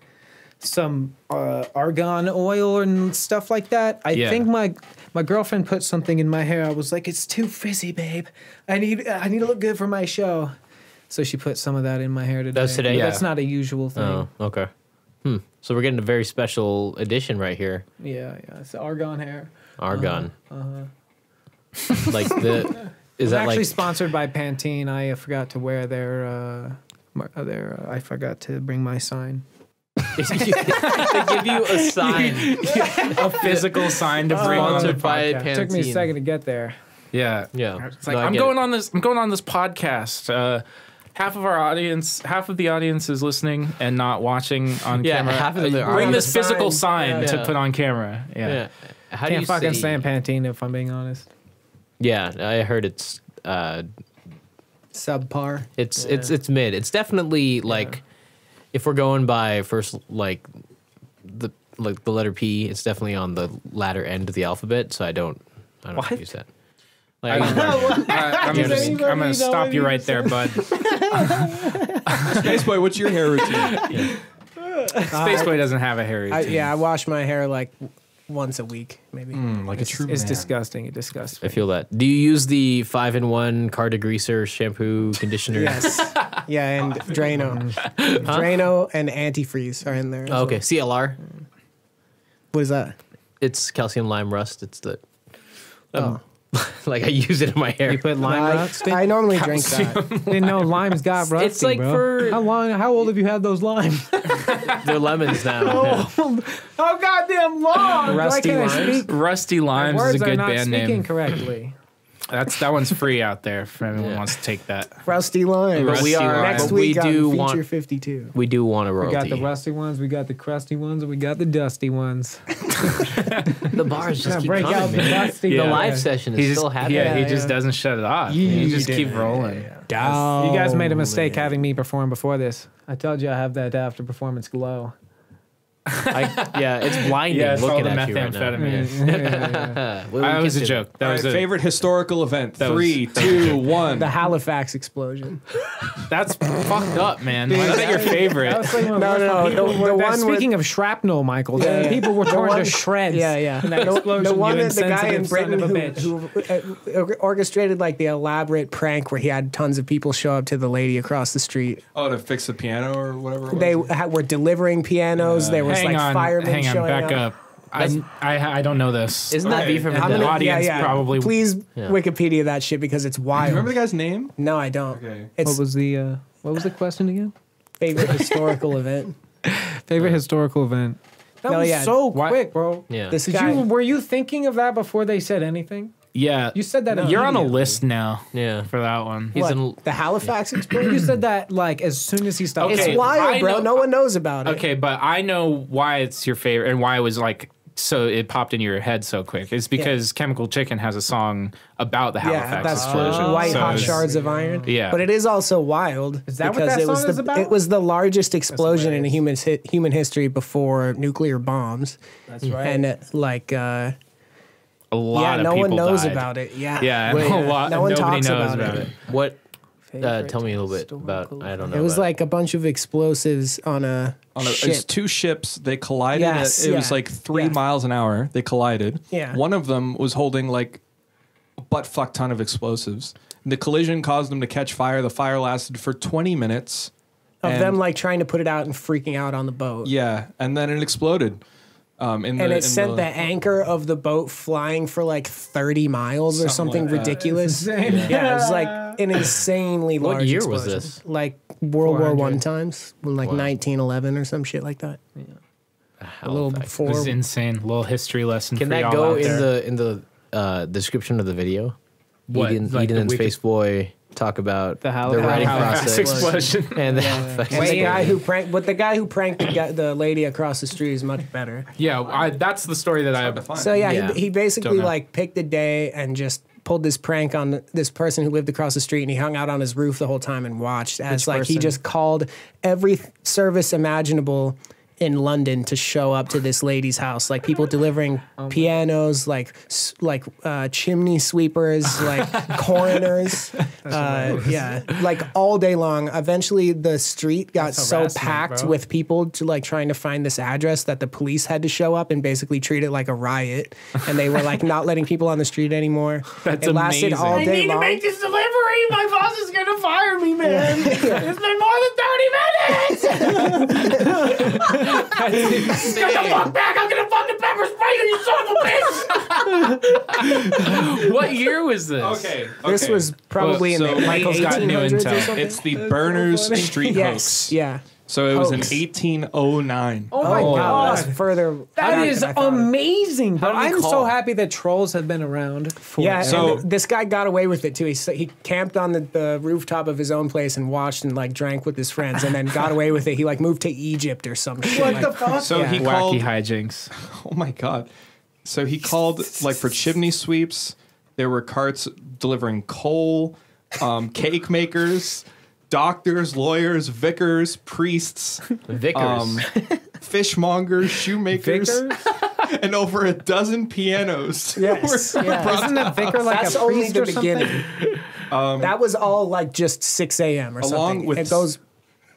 some uh, argon oil and stuff like that. I Yeah. think my my girlfriend put something in my hair. I was like, it's too frizzy, babe. I need I need to look good for my show. So she put some of that in my hair today. was today? But Yeah. That's not a usual thing. Oh, okay. Hmm. So we're getting a very special edition right here. Yeah, yeah. It's argon hair. Argon. Uh-huh. Like the. Is I'm that Uh-huh. actually like? sponsored by Pantene. I uh, forgot to wear their uh, mar- uh, their. Uh, I forgot to bring my sign. they give you a sign a physical sign to bring on the sponsored by podcast. Pantene. Took me a second to get there. Yeah, Yeah. It's like No, I I'm get going it. on this. I'm going on this podcast. Uh, half of our audience, half of the audience is listening and not watching on Yeah, camera. half of them Uh, are Bring on this the physical sign sign. Yeah. to put on camera. Yeah. Yeah. How do Can't you fucking say- stand Pantene if I'm being honest. Yeah, I heard it's uh, Subpar. It's it's it's mid. It's definitely like if we're going by first like the like the letter P, it's definitely on the latter end of the alphabet, so I don't I don't use that. Like, I don't- I, am Does just, I'm anybody gonna know stop what you you right there, bud. Space boy, what's your hair routine? Spaceboy doesn't have a hairy. I, teeth. yeah, I wash my hair like w- once a week, maybe. Mm. like a true It's disgusting. It disgusts I me. feel that. Do you use the five in one car degreaser shampoo conditioner? Yes. yeah, and Drano, Drano, and antifreeze are in there. as Oh, okay, well. CLR. What is that? It's calcium lime rust. It's the um, like I use it in my hair. You put lime I, rocks? I normally drink that. Didn't know lime's got rusty, it's like bro. for- how long? How old have you had those limes? They're lemons now. yeah. Oh, how goddamn long? Rusty Why can't I limes? speak? Rusty Limes Words is a are good not band speaking name. correctly. That's that one's free out there if anyone Yeah. wants to take that. Rusty lime. But Rusty we are. lime. Next but week we on do Feature want. 52. We do want a royalty. We got the rusty ones, we got the crusty ones, and we got the dusty ones. The bars just keep Break coming, out the man. dusty. Yeah. The ones. live session is He just, still yeah, happening. he Yeah, just yeah. doesn't shut it off. He just keep rolling. You guys made a mistake having me perform before this. I told you I have that after performance glow. I, yeah, it's blinding Yeah, it's all looking the at you right now. methamphetamine. Uh, we- we That was a can do- joke. That was a, Favorite historical event? was- Three, two, one. The Halifax explosion. That's fucked up, man. Why is that your favorite? no, No, no, no. The, the one with, speaking of shrapnel, Michael, the Yeah, yeah. people were torn to one- shreds. yeah, yeah. in that explosion, the one you that the guy in insensitive son Britain of a bitch. who, who uh, orchestrated like the elaborate prank where he had tons of people show up to the lady across the street. oh, to fix the piano or whatever. It was? They ha- were delivering pianos. there was Hang like on, firemen hang on, showing back up. up. I, I I don't know this. Isn't that Okay. beef from I'm gonna- Vendetta? audience probably- Please Wikipedia that shit because it's wild. Remember the guy's name? no, I don't. Okay. It's What was the uh, what was the question again? favorite historical event. Favorite historical event. That No, was yeah. so Why- quick, bro. Yeah. This Did guy. you were you thinking of that before they said anything? yeah, You said that. you're on a immediately. list now Yeah. for that one. He's what, in- the Halifax explosion. You said that like as soon as he stopped. Okay. It's wild, I bro. know- no one knows about it. Okay, but I know why it's your favorite and why it was like so it popped into your head so quick. It's because Chemical Chicken has a song about the Halifax Yeah, that's explosion. White So hot it's- shards of iron. Yeah. but it is also wild Is that what that it was song the is about? it was the largest explosion in human hi- human history before nuclear bombs. That's right. And uh, like, uh, A lot yeah, of no one people knows died. about it. Yeah, Yeah, and a lot. no one nobody talks knows about it. it. What uh, tell me a little bit about. I don't know. It was about like a bunch of explosives on a, On a, ship. it's two ships. They collided. Yes, at, it was yeah, like three yeah. miles an hour. They collided. Yeah. One of them was holding like a butt fuck ton of explosives. The collision caused them to catch fire. The fire lasted for 20 minutes. of and- them like trying to put it out and freaking out on the boat. Yeah, and then it exploded. Um, in And the, it sent in the, the, anchor of the boat flying for like 30 miles or something Something like that. ridiculous. Yeah. it was like an insanely What large. year was explosion. this? Like World 400. War One times, when, like Wow. Oh, 1911 or some shit like that. A little Halifax. It before. was insane. little history lesson. Can for that y'all go out in there. the in the uh, description of the video? What, Eden, like Eden the and Wiki- Space Boy talk about The Hal- their writing Halifax process explosion? and the Halifax And the explosion. guy who pranked, but the guy who pranked the, guy, the lady across the street is much better. yeah, I, that's the story that I. So yeah, Yeah. He, he basically know. like picked a day and just pulled this prank on this person who lived across the street, and he hung out on his roof the whole time and watched as Which like he person? just called every th- service imaginable in London to show up to this lady's house, like people delivering pianos, like s- like uh, chimney sweepers, like coroners, uh, yeah, like all day long. Eventually, the street got so harassment, packed bro. with people to like trying to find this address that the police had to show up and basically treat it like a riot, and they were like not letting people on the street anymore. That's it lasted all amazing. day long. this delivery. My boss is gonna fire me, man. it's been more than 30 minutes. Get the fuck back. I'm gonna fucking pepper spray you, you son of a bitch. what year was this? okay, This okay. was probably so in the Michael's late got new 1800s or intel. something. It's the Burners Street yes, hoax. yeah. So it was in Hoax. 1809. Oh my Wow, god. that's further. That back is than I thought. amazing. But do you I'm so call? happy that trolls have been around for Yeah, So- and this guy got away with it too. He s- he camped on the, the rooftop of his own place and watched and like drank with his friends, and then got away with it. He like moved to Egypt or some shit. What like- the fuck? So he called. Wacky hijinks. Oh my god. So he called like for chimney sweeps. There were carts delivering coal, um, cake makers, doctors, lawyers, vicars, priests, Vickers. um, fishmongers, shoemakers, and over a dozen pianos. Yes, were- yeah. Isn't the vicar like That's a only priest the or something? beginning. that was all like just 6 a.m. or Along something. with it goes.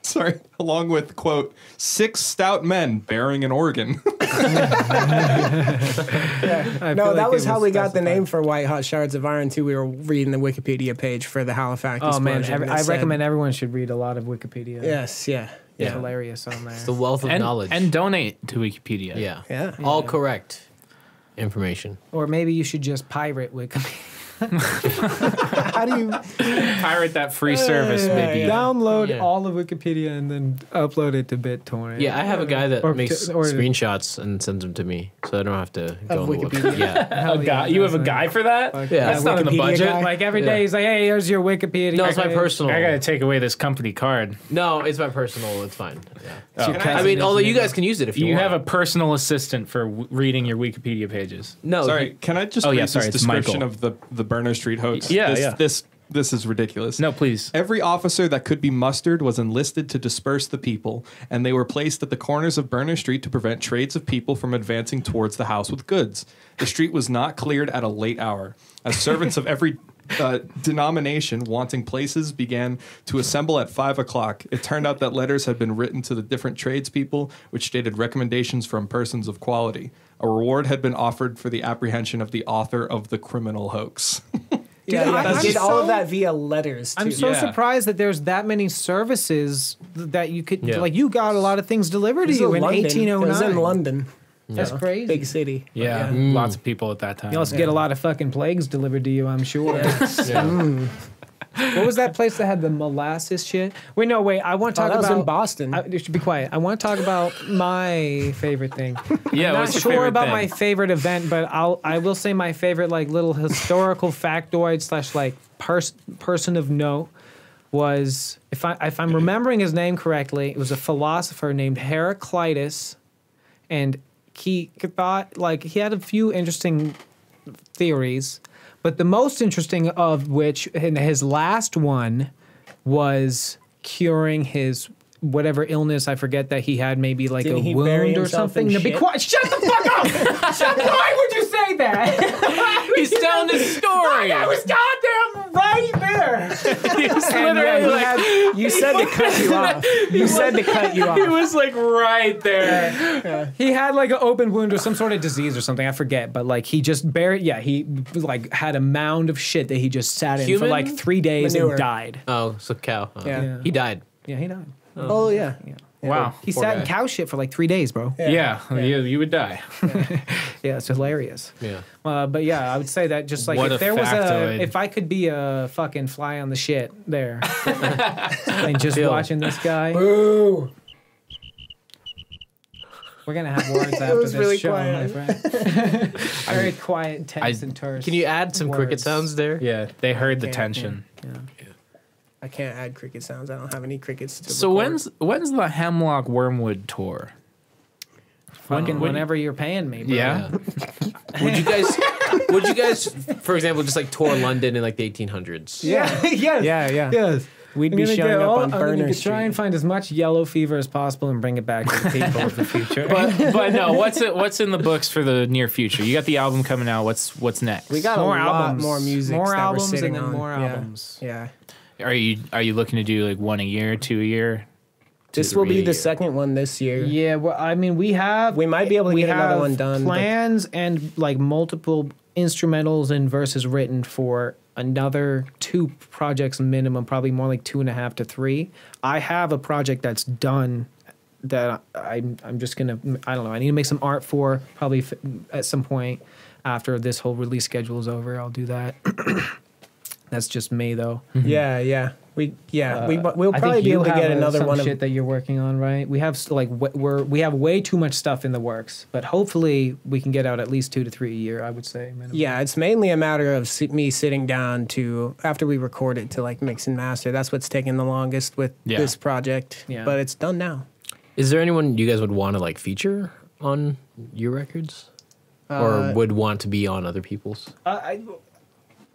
Sorry, along with quote six stout men bearing an organ. Oh, I No, feel that like was it how we got the specified. name for White Hot Shards of Iron too. We were reading the Wikipedia page for the Halifax. Oh man, explosion, every, and I it said- recommend everyone should read a lot of Wikipedia. Yes, yeah, It's yeah, hilarious on there. the wealth of And, knowledge. and donate to Wikipedia. yeah. yeah. All correct information. Or maybe you should just pirate Wikipedia. How do you Pirate that free service, baby. Download Yeah. all of Wikipedia and then upload it to BitTorrent. Yeah, I have a guy that Or- makes or- screenshots and sends them to me, so I don't have to go and Of look. Wikipedia? Yeah, Hell A yeah, guy, you have a that's guy for that? yeah. That's not in the Wikipedia budget. guy? Like every day, Yeah. he's like, "Hey, here's your Wikipedia." no, it's my page." personal. I gotta take away this company card. no, it's my personal. It's fine. Yeah. Oh. I mean, although you guys can use it if you, you want. have a personal assistant for w- reading your Wikipedia pages. no. sorry, can I just Oh, read yeah, sorry, this it's description Michael. of the the Burner Street hoax? Y- yeah, this, yeah. this this is ridiculous. No, please. Every officer that could be mustered was enlisted to disperse the people, and they were placed at the corners of Burner Street to prevent trades of people from advancing towards the house with goods. The street was not cleared at a late hour. As servants of every uh, denomination wanting places began to assemble at five o'clock. It turned out that letters had been written to the different tradespeople, which stated recommendations from persons of quality. A reward had been offered for the apprehension of the author of the criminal hoax. Yeah, Dude, yeah, I'm he did all so- of that via letters. Too. I'm so Yeah. surprised that there's that many services th- that you could Yeah. like. You got a lot of things delivered to It you was in London. 1809. It was in London, That's crazy. big city. Yeah, lots of people at that time. You also get a lot of fucking plagues delivered to you, I'm sure. what was that place that had the molasses shit? Wait, no, wait. I want to Oh, talk that was about in Boston. I, you should be quiet. I want to talk about my favorite thing. yeah, I'm not what's your sure favorite about thing? my favorite event, but I'll I will say my favorite like little historical factoid slash like person person of note was if I if I'm remembering his name correctly, it was a philosopher named Heraclitus, and he thought like he had a few interesting theories, but the most interesting of which and his last one was curing his whatever illness I forget that he had maybe like Didn't a he bury wound or himself something. in No, be shit? quiet! Shut the fuck up! Shut- Why would you say that? he's telling his story. I was goddamn right there. And yeah, you, had- you said to cut you off. You said to cut you It off. was like right there. He had like an open wound or some sort of disease or something. I forget, but like he just buried. Yeah, he like had a mound of shit that he just sat in for Human like three days manure. and died. Oh, so cow. huh? Yeah. Yeah. He died. Yeah, he died. Oh yeah. Wow. He Poor sat in guy. cow shit for like three days, bro. Yeah, Yeah, You, you would die. it's hilarious. Yeah. Uh, but yeah, I would say that just like What if a there was factoid. a, if I could be a fucking fly on the shit there, and just Chill. watching this guy, Ooh. we're gonna have words after was this really show, my quiet. friend. Very quiet, tense, I- and terse. Can you add some cricket Words. sounds there? Yeah, they heard the tension. I can't add cricket sounds. I don't have any crickets to So record. when's when's the Hemlock Wormwood tour? fucking whenever you're paying me? Bro. Yeah. Would you guys? would you guys, for example, just like tour London in like the 1800s? Yeah. yes. Yeah, yeah. Yes. We'd I'm be gonna showing get up all- on I'm gonna Burner get- try Street. and find as much yellow fever as possible and bring it back to the people of the future. but but no, what's it, what's in the books for the near future? You got the album coming out. What's what's next? We got more a lot albums, more music. more that albums, we're sitting and then on. more Yeah. albums. Yeah. Are you are you looking to do like one a year, two a year? This will be three. the second one this year. Yeah, well, I mean, we have We might be able to we get another have one done, but- Plans and like multiple instrumentals and verses written for another two projects minimum, probably more like two and a half to three. I have a project that's done that I'm I'm just gonna I don't know I need to make some art for probably f- at some point after this whole release schedule is over. I'll do that. that's just me though. Yeah, yeah. We yeah, we we Uh, we'll I think probably be you able to have, get uh, another some one of shit that you're working on, right? We have s- like wh- we're we have way too much stuff in the works, but hopefully we can get out at least two to three a year. I would say. Minimum. Yeah, it's mainly a matter of si- me sitting down to after we record it to like mix and master. That's what's taking the longest with Yeah. this project. Yeah. But it's done now. Is there anyone you guys would want to like feature on your records, or Uh, would want to be on other people's? Uh, I, Like,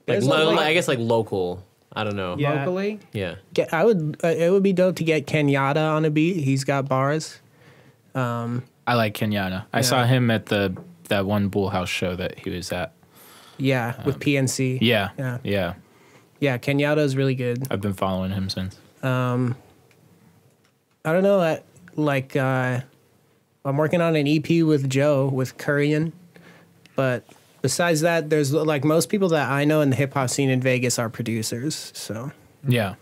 There's a lo- lot- I guess like local. I don't know. Yeah. Locally, Yeah. Get, I would. Uh, it would be dope to get Kenyatta on a beat. He's got bars. I like Kenyatta. I saw him at the that one Bullhouse show that he was at. Yeah, with PNC. Yeah, Yeah. yeah, yeah. yeah. Kenyatta's really good. I've been following him since. I don't know. I, like, uh, I'm working on an EP with Joe with Kurian, but besides that, there's like most people that I know in the hip hop scene in Vegas are producers. So Yeah,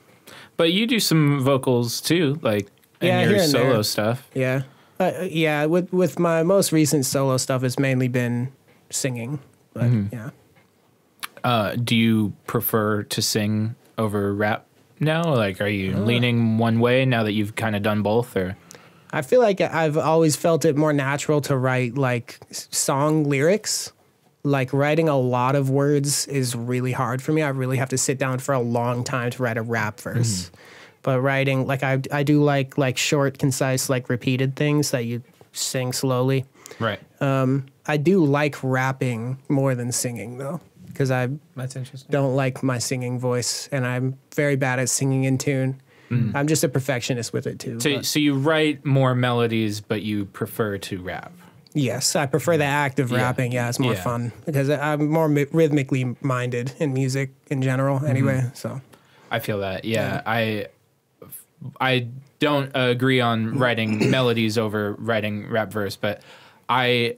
but you do some vocals too, like in Yeah, your here and solo there. stuff. yeah, uh, yeah. With with my most recent solo stuff, it's mainly been singing. But yeah, Uh, do you prefer to sing over rap now? Like, are Uh. you leaning one way now that you've kind of done both, or I feel like I've always felt it more natural to write like s- song lyrics. Like writing a lot of words is really hard for me. I really have to sit down for a long time to write a rap verse. But writing like I I do like like short, concise, like repeated things that you sing slowly. right? I do like rapping more than singing though, because I that's interesting. don't like my singing voice and I'm very bad at singing in tune. I'm just a perfectionist with it too. So, but- so you write more melodies, but you prefer to rap. Yes, I prefer the act of rapping. Yeah, it's more Yeah. fun because I- I'm more mi- rhythmically minded in music in general. Anyway, so I feel that. Yeah, I, I don't agree on writing melodies over writing rap verse, but I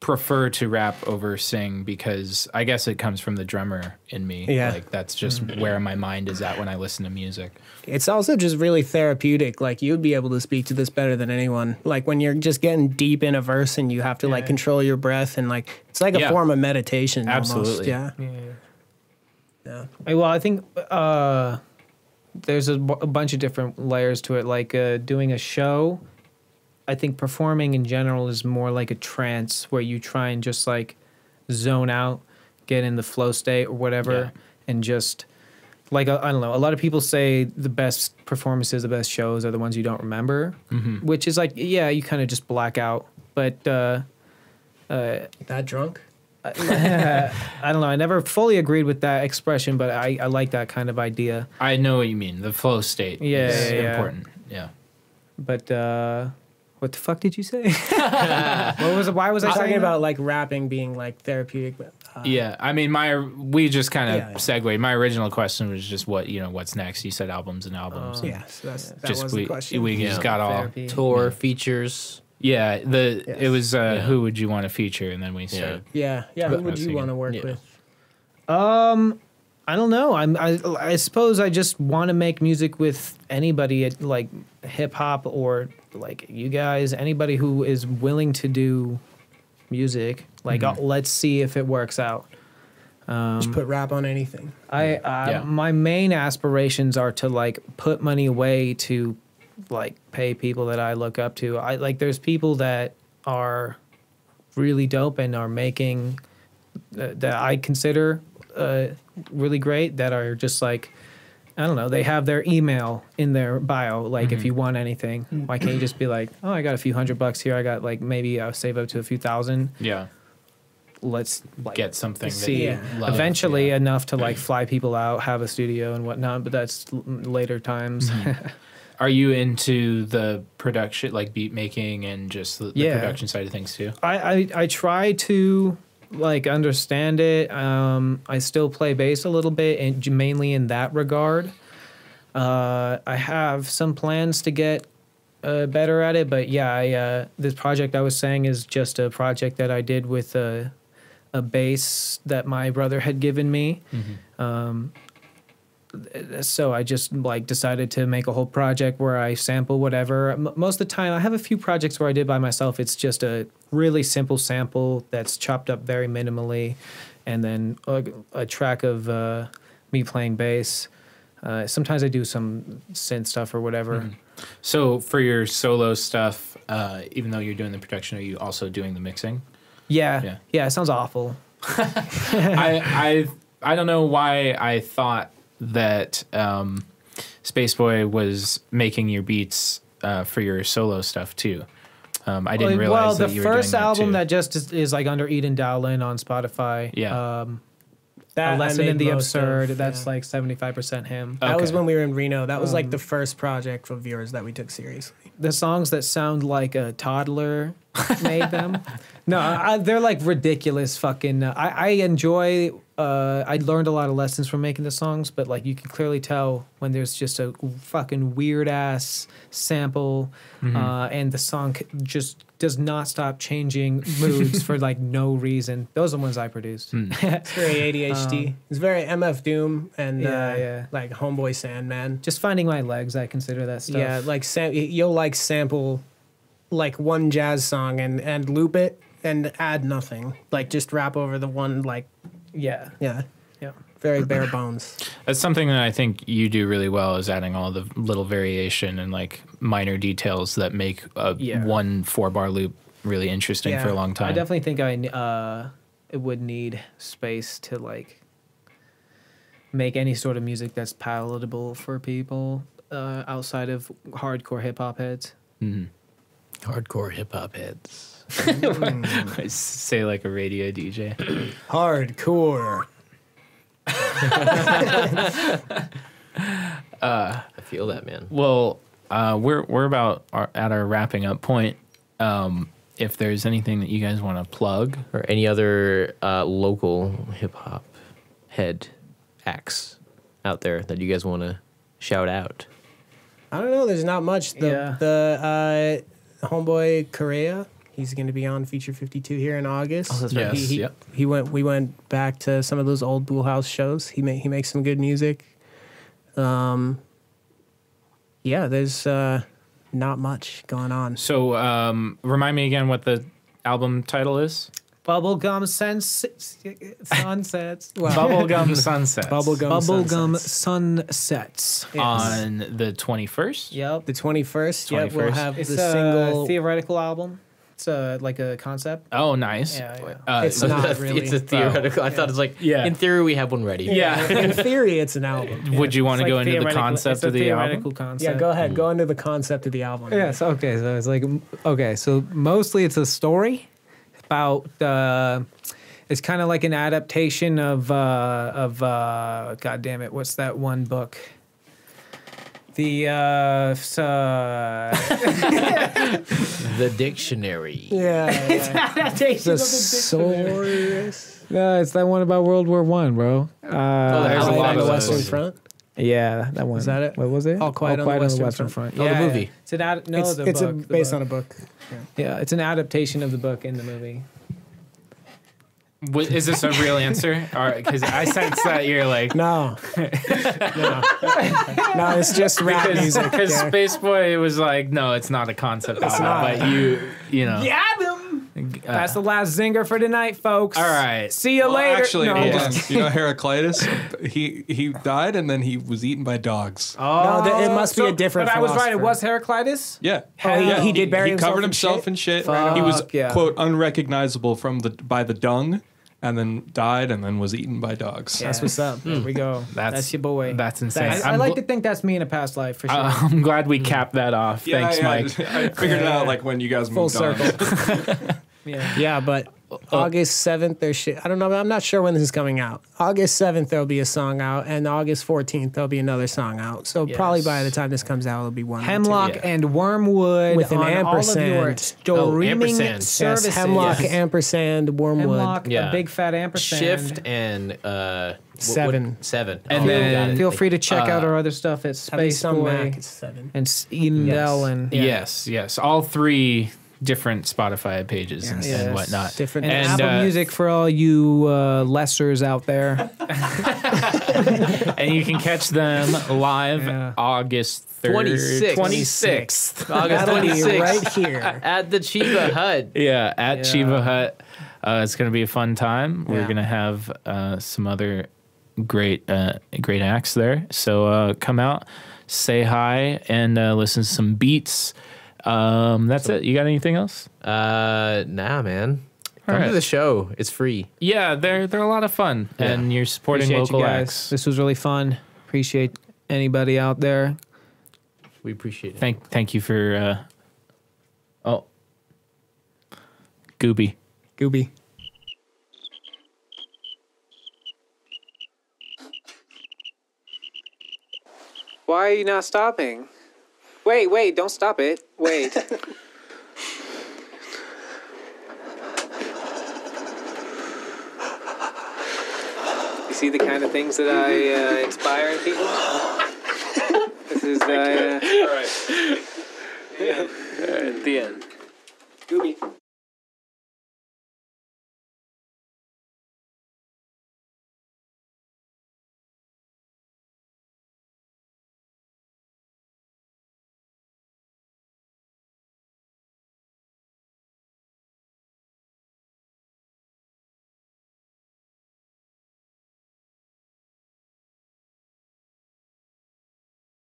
prefer to rap over sing because I guess it comes from the drummer in me. Yeah. like that's just where my mind is at when I listen to music. it's also just really therapeutic. Like you'd be able to speak to this better than anyone. Like when you're just getting deep in a verse and you have to like control your breath and like it's like a Yeah. form of meditation. Almost. Absolutely. Yeah. Hey, Well, I think uh, there's a, b- a bunch of different layers to it. Like uh, doing a show, I think performing in general is more like a trance where you try and just like zone out, get in the flow state or whatever, and just like uh, I don't know. A lot of people say the best performances, the best shows are the ones you don't remember, which is like yeah, you kind of just black out. But uh, That drunk. I don't know. I never fully agreed with that expression, but I, I like that kind of idea. I know what you mean. The flow state Yeah, is yeah, yeah. important. Yeah. But uh, What the fuck did you say? what was? Why was I I'm talking talking about like rapping being like therapeutic. Uh, Yeah, I mean, my we just kind of Yeah, yeah. segue. My original question was just what you know, what's next? You said albums and albums. and Oh. yeah, so that's, that just was we the question. we just got all Therapy. Tour features. yeah. The it Yes. was uh, Yeah. who would you want to feature, and then we said yeah, yeah. Who I would was you thinking- want to work yeah. with? I don't know. I'm, I I suppose I just want to make music with anybody at like hip hop or like you guys, anybody who is willing to do music. Like uh, let's see if it works out. just put rap on anything. I uh, Yeah. my main aspirations are to like put money away to like pay people that I look up to. I like there's people that are really dope and are making uh, that I consider uh, really great that are just like I don't know. They have their email in their bio. Like, if you want anything, why can't you just be like, "Oh, I got a few hundred bucks here. I got like maybe I'll save up to a few thousand. yeah, Let's like, get something. see that you love. eventually uh, Yeah. enough to like fly people out have a studio and whatnot but that's l- later times Mm-hmm. Are you into the production, like beat making, and just the, the Yeah. production side of things too? I, I i try to like understand it um i still play bass a little bit and j- mainly in that regard uh i have some plans to get uh, better at it but yeah i uh this project i was saying is just a project that i did with a a bass that my brother had given me so I just like decided to make a whole project where I sample whatever. M- most of the time, I have a few projects where I did by myself. It's just a really simple sample that's chopped up very minimally, and then a, a track of uh, me playing bass. Uh, sometimes I do some synth stuff or whatever. Mm-hmm. So for your solo stuff, uh, even though you're doing the production, are you also doing the mixing? Yeah, Yeah. yeah, It sounds awful. I I I don't know why I thought that um, Spaceboy was making your beats uh, for your solo stuff too. Um, I didn't realize well, that the you were first doing album that, that too. just is, is like under Eden Dowlin on Spotify. Yeah. um, That a I lesson made in the most of, absurd. that's yeah. like seventy five percent him. That was Okay. when we were in Reno. That was like the first project for viewers that we took seriously. the songs that sound like a toddler made them. No, I, I- they're like ridiculous fucking. Uh, I, I enjoy. Uh, I learned a lot of lessons from making the songs, but like you can clearly tell when there's just a fucking weird ass sample, Mm-hmm. uh, and the song c- just does not stop changing moods for like no reason. Those are the ones I produced. It's very ADHD. Um, it's very MF Doom and Yeah, uh, yeah. like Homeboy Sandman. just finding my legs, I consider that stuff. Yeah, like sam- you'll like sample like one jazz song and and loop it and add nothing. Like just rap over the one like yeah, yeah, yeah. very bare bones. That's something that I think you do really well is adding all the little variation and like minor details that make a Yeah. one four bar loop really interesting for Yeah, a long time. I definitely think I n- uh, it would need space to like make any sort of music that's palatable for people uh, outside of hardcore hip hop heads. Hardcore hip hop heads. I say like a radio DJ. Hardcore. I feel that man. Well, uh, we're we're about our, at our wrapping up point. Um, if there's anything that you guys want to plug, Or any other uh, local hip hop head acts out there that you guys want to shout out. I don't know. There's not much. The Yeah. the uh, homeboy Correa, he's going to be on Feature 52 here in August. that's right. He, Yes, he, yep. he went. We went back to some of those old Bull House shows. He ma- he makes some good music. Um. Yeah, there's uh, not much going on. So, um, remind me again what the album title is. Bubblegum sens- sunsets. Bubblegum Sunset. Bubblegum. Bubblegum Sunsets. sunsets. Uh, on the twenty first. Yep. The 21st. Yep, we'll 21st. have It's uh, the a single. theoretical album. It's a, like a concept. Oh, nice. Yeah, yeah. Uh, It's not really. It's a theoretical. I thought it's like, Yeah. in theory, we have one ready. yeah. in theory, it's an album. Would you want It's to go like into the theoretical- concept it's a of the theoretical album? Concept. Yeah, go ahead. Go into the concept of the album. Yeah, so okay, so it's like m- okay, so mostly it's a story about uh it's kind of like an adaptation of uh of uh god damn it, what's that one book? The uh, s- uh the dictionary. Yeah. yeah. Adaptation the of the dictionary. source. No, it's that one about World War One, bro. Oh, Uh, there's a All lot Quiet on of the those. Western Front. yeah, that one. Is that it? What was it? All Quiet on the Western Front. Oh, the movie. It's an ad- no, it's the it's a, book, the based book. on a book. Yeah, it's an adaptation of the book in the movie. Wha- Is this a real answer? Because I sense that you're like No. no. no, it's just rap because music. yeah. Space Boy was like no, it's not a concept album, not. but you you know uh, Yeah, them. That's the last zinger for tonight, folks. All right. See you Well, later. Actually, No, hold I'm on. just- You know Heraclitus? He he died and then he was eaten by dogs. No, Oh, th- it must be Oh, So- a different But I was right. It philosopher. was Heraclitus. Yeah. Oh, he- yeah. he did bury He himself covered in himself shit? in shit. He was Fuck, yeah. quote unrecognizable from the by the dung, and then died, and then was eaten by dogs. That's what's up. There we go. That's- That's, your boy. that's insane. I, I I'm like gl- to think that's me in a past life for sure. Uh, I'm glad we capped that off. Yeah, Thanks, yeah, Mike. I figured it out like when you guys Full moved on. circle. yeah. Yeah, but Oh, August 7th, there's shit. I don't know. I'm not sure when this is coming out. August 7th, there'll be a song out, and August 14th, there'll be another song out. So probably by the time this comes out, it'll be one. or two. Hemlock Yeah. and Wormwood With an on all of your ampersand. streaming ampersand. Yes, Yes, services. Hemlock, ampersand, Wormwood. Hemlock, Yeah. a big fat ampersand. Shift and uh, wh- what- Seven. seven. And Oh, then- got it. Feel Like, free to check out our other stuff at At least Space on Boy Mac, it's seven. and S- Eden Dell and Yes, yes. All three different Spotify pages and, Yes. and whatnot. Different. and, And, Apple uh, Music for all you uh, lessers out there. and you can catch them live Yeah. August 3rd, 26th. 26th. August That'll twenty be sixth right here. at the Chiba Hut. Yeah, at Yeah. Chiva Hut. Uh, it's going to be a fun time. We're Yeah. going to have uh, some other great uh, great acts there. So uh, come out, say hi, and uh, listen to some beats. Um, that's it. You got anything else? Uh, nah, man. Come Alright. to the show. It's free. Yeah, they're they're a lot of fun, and you're supporting Appreciate local you guys. acts. This was really fun. Appreciate anybody out there. We appreciate it. Thank thank you for uh, oh, Gooby. Gooby. Why are you not stopping? Wait, wait, don't stop it. Wait. you see the kind of things that I uh, inspire in people? This is, uh, All right. At the end. Gooby.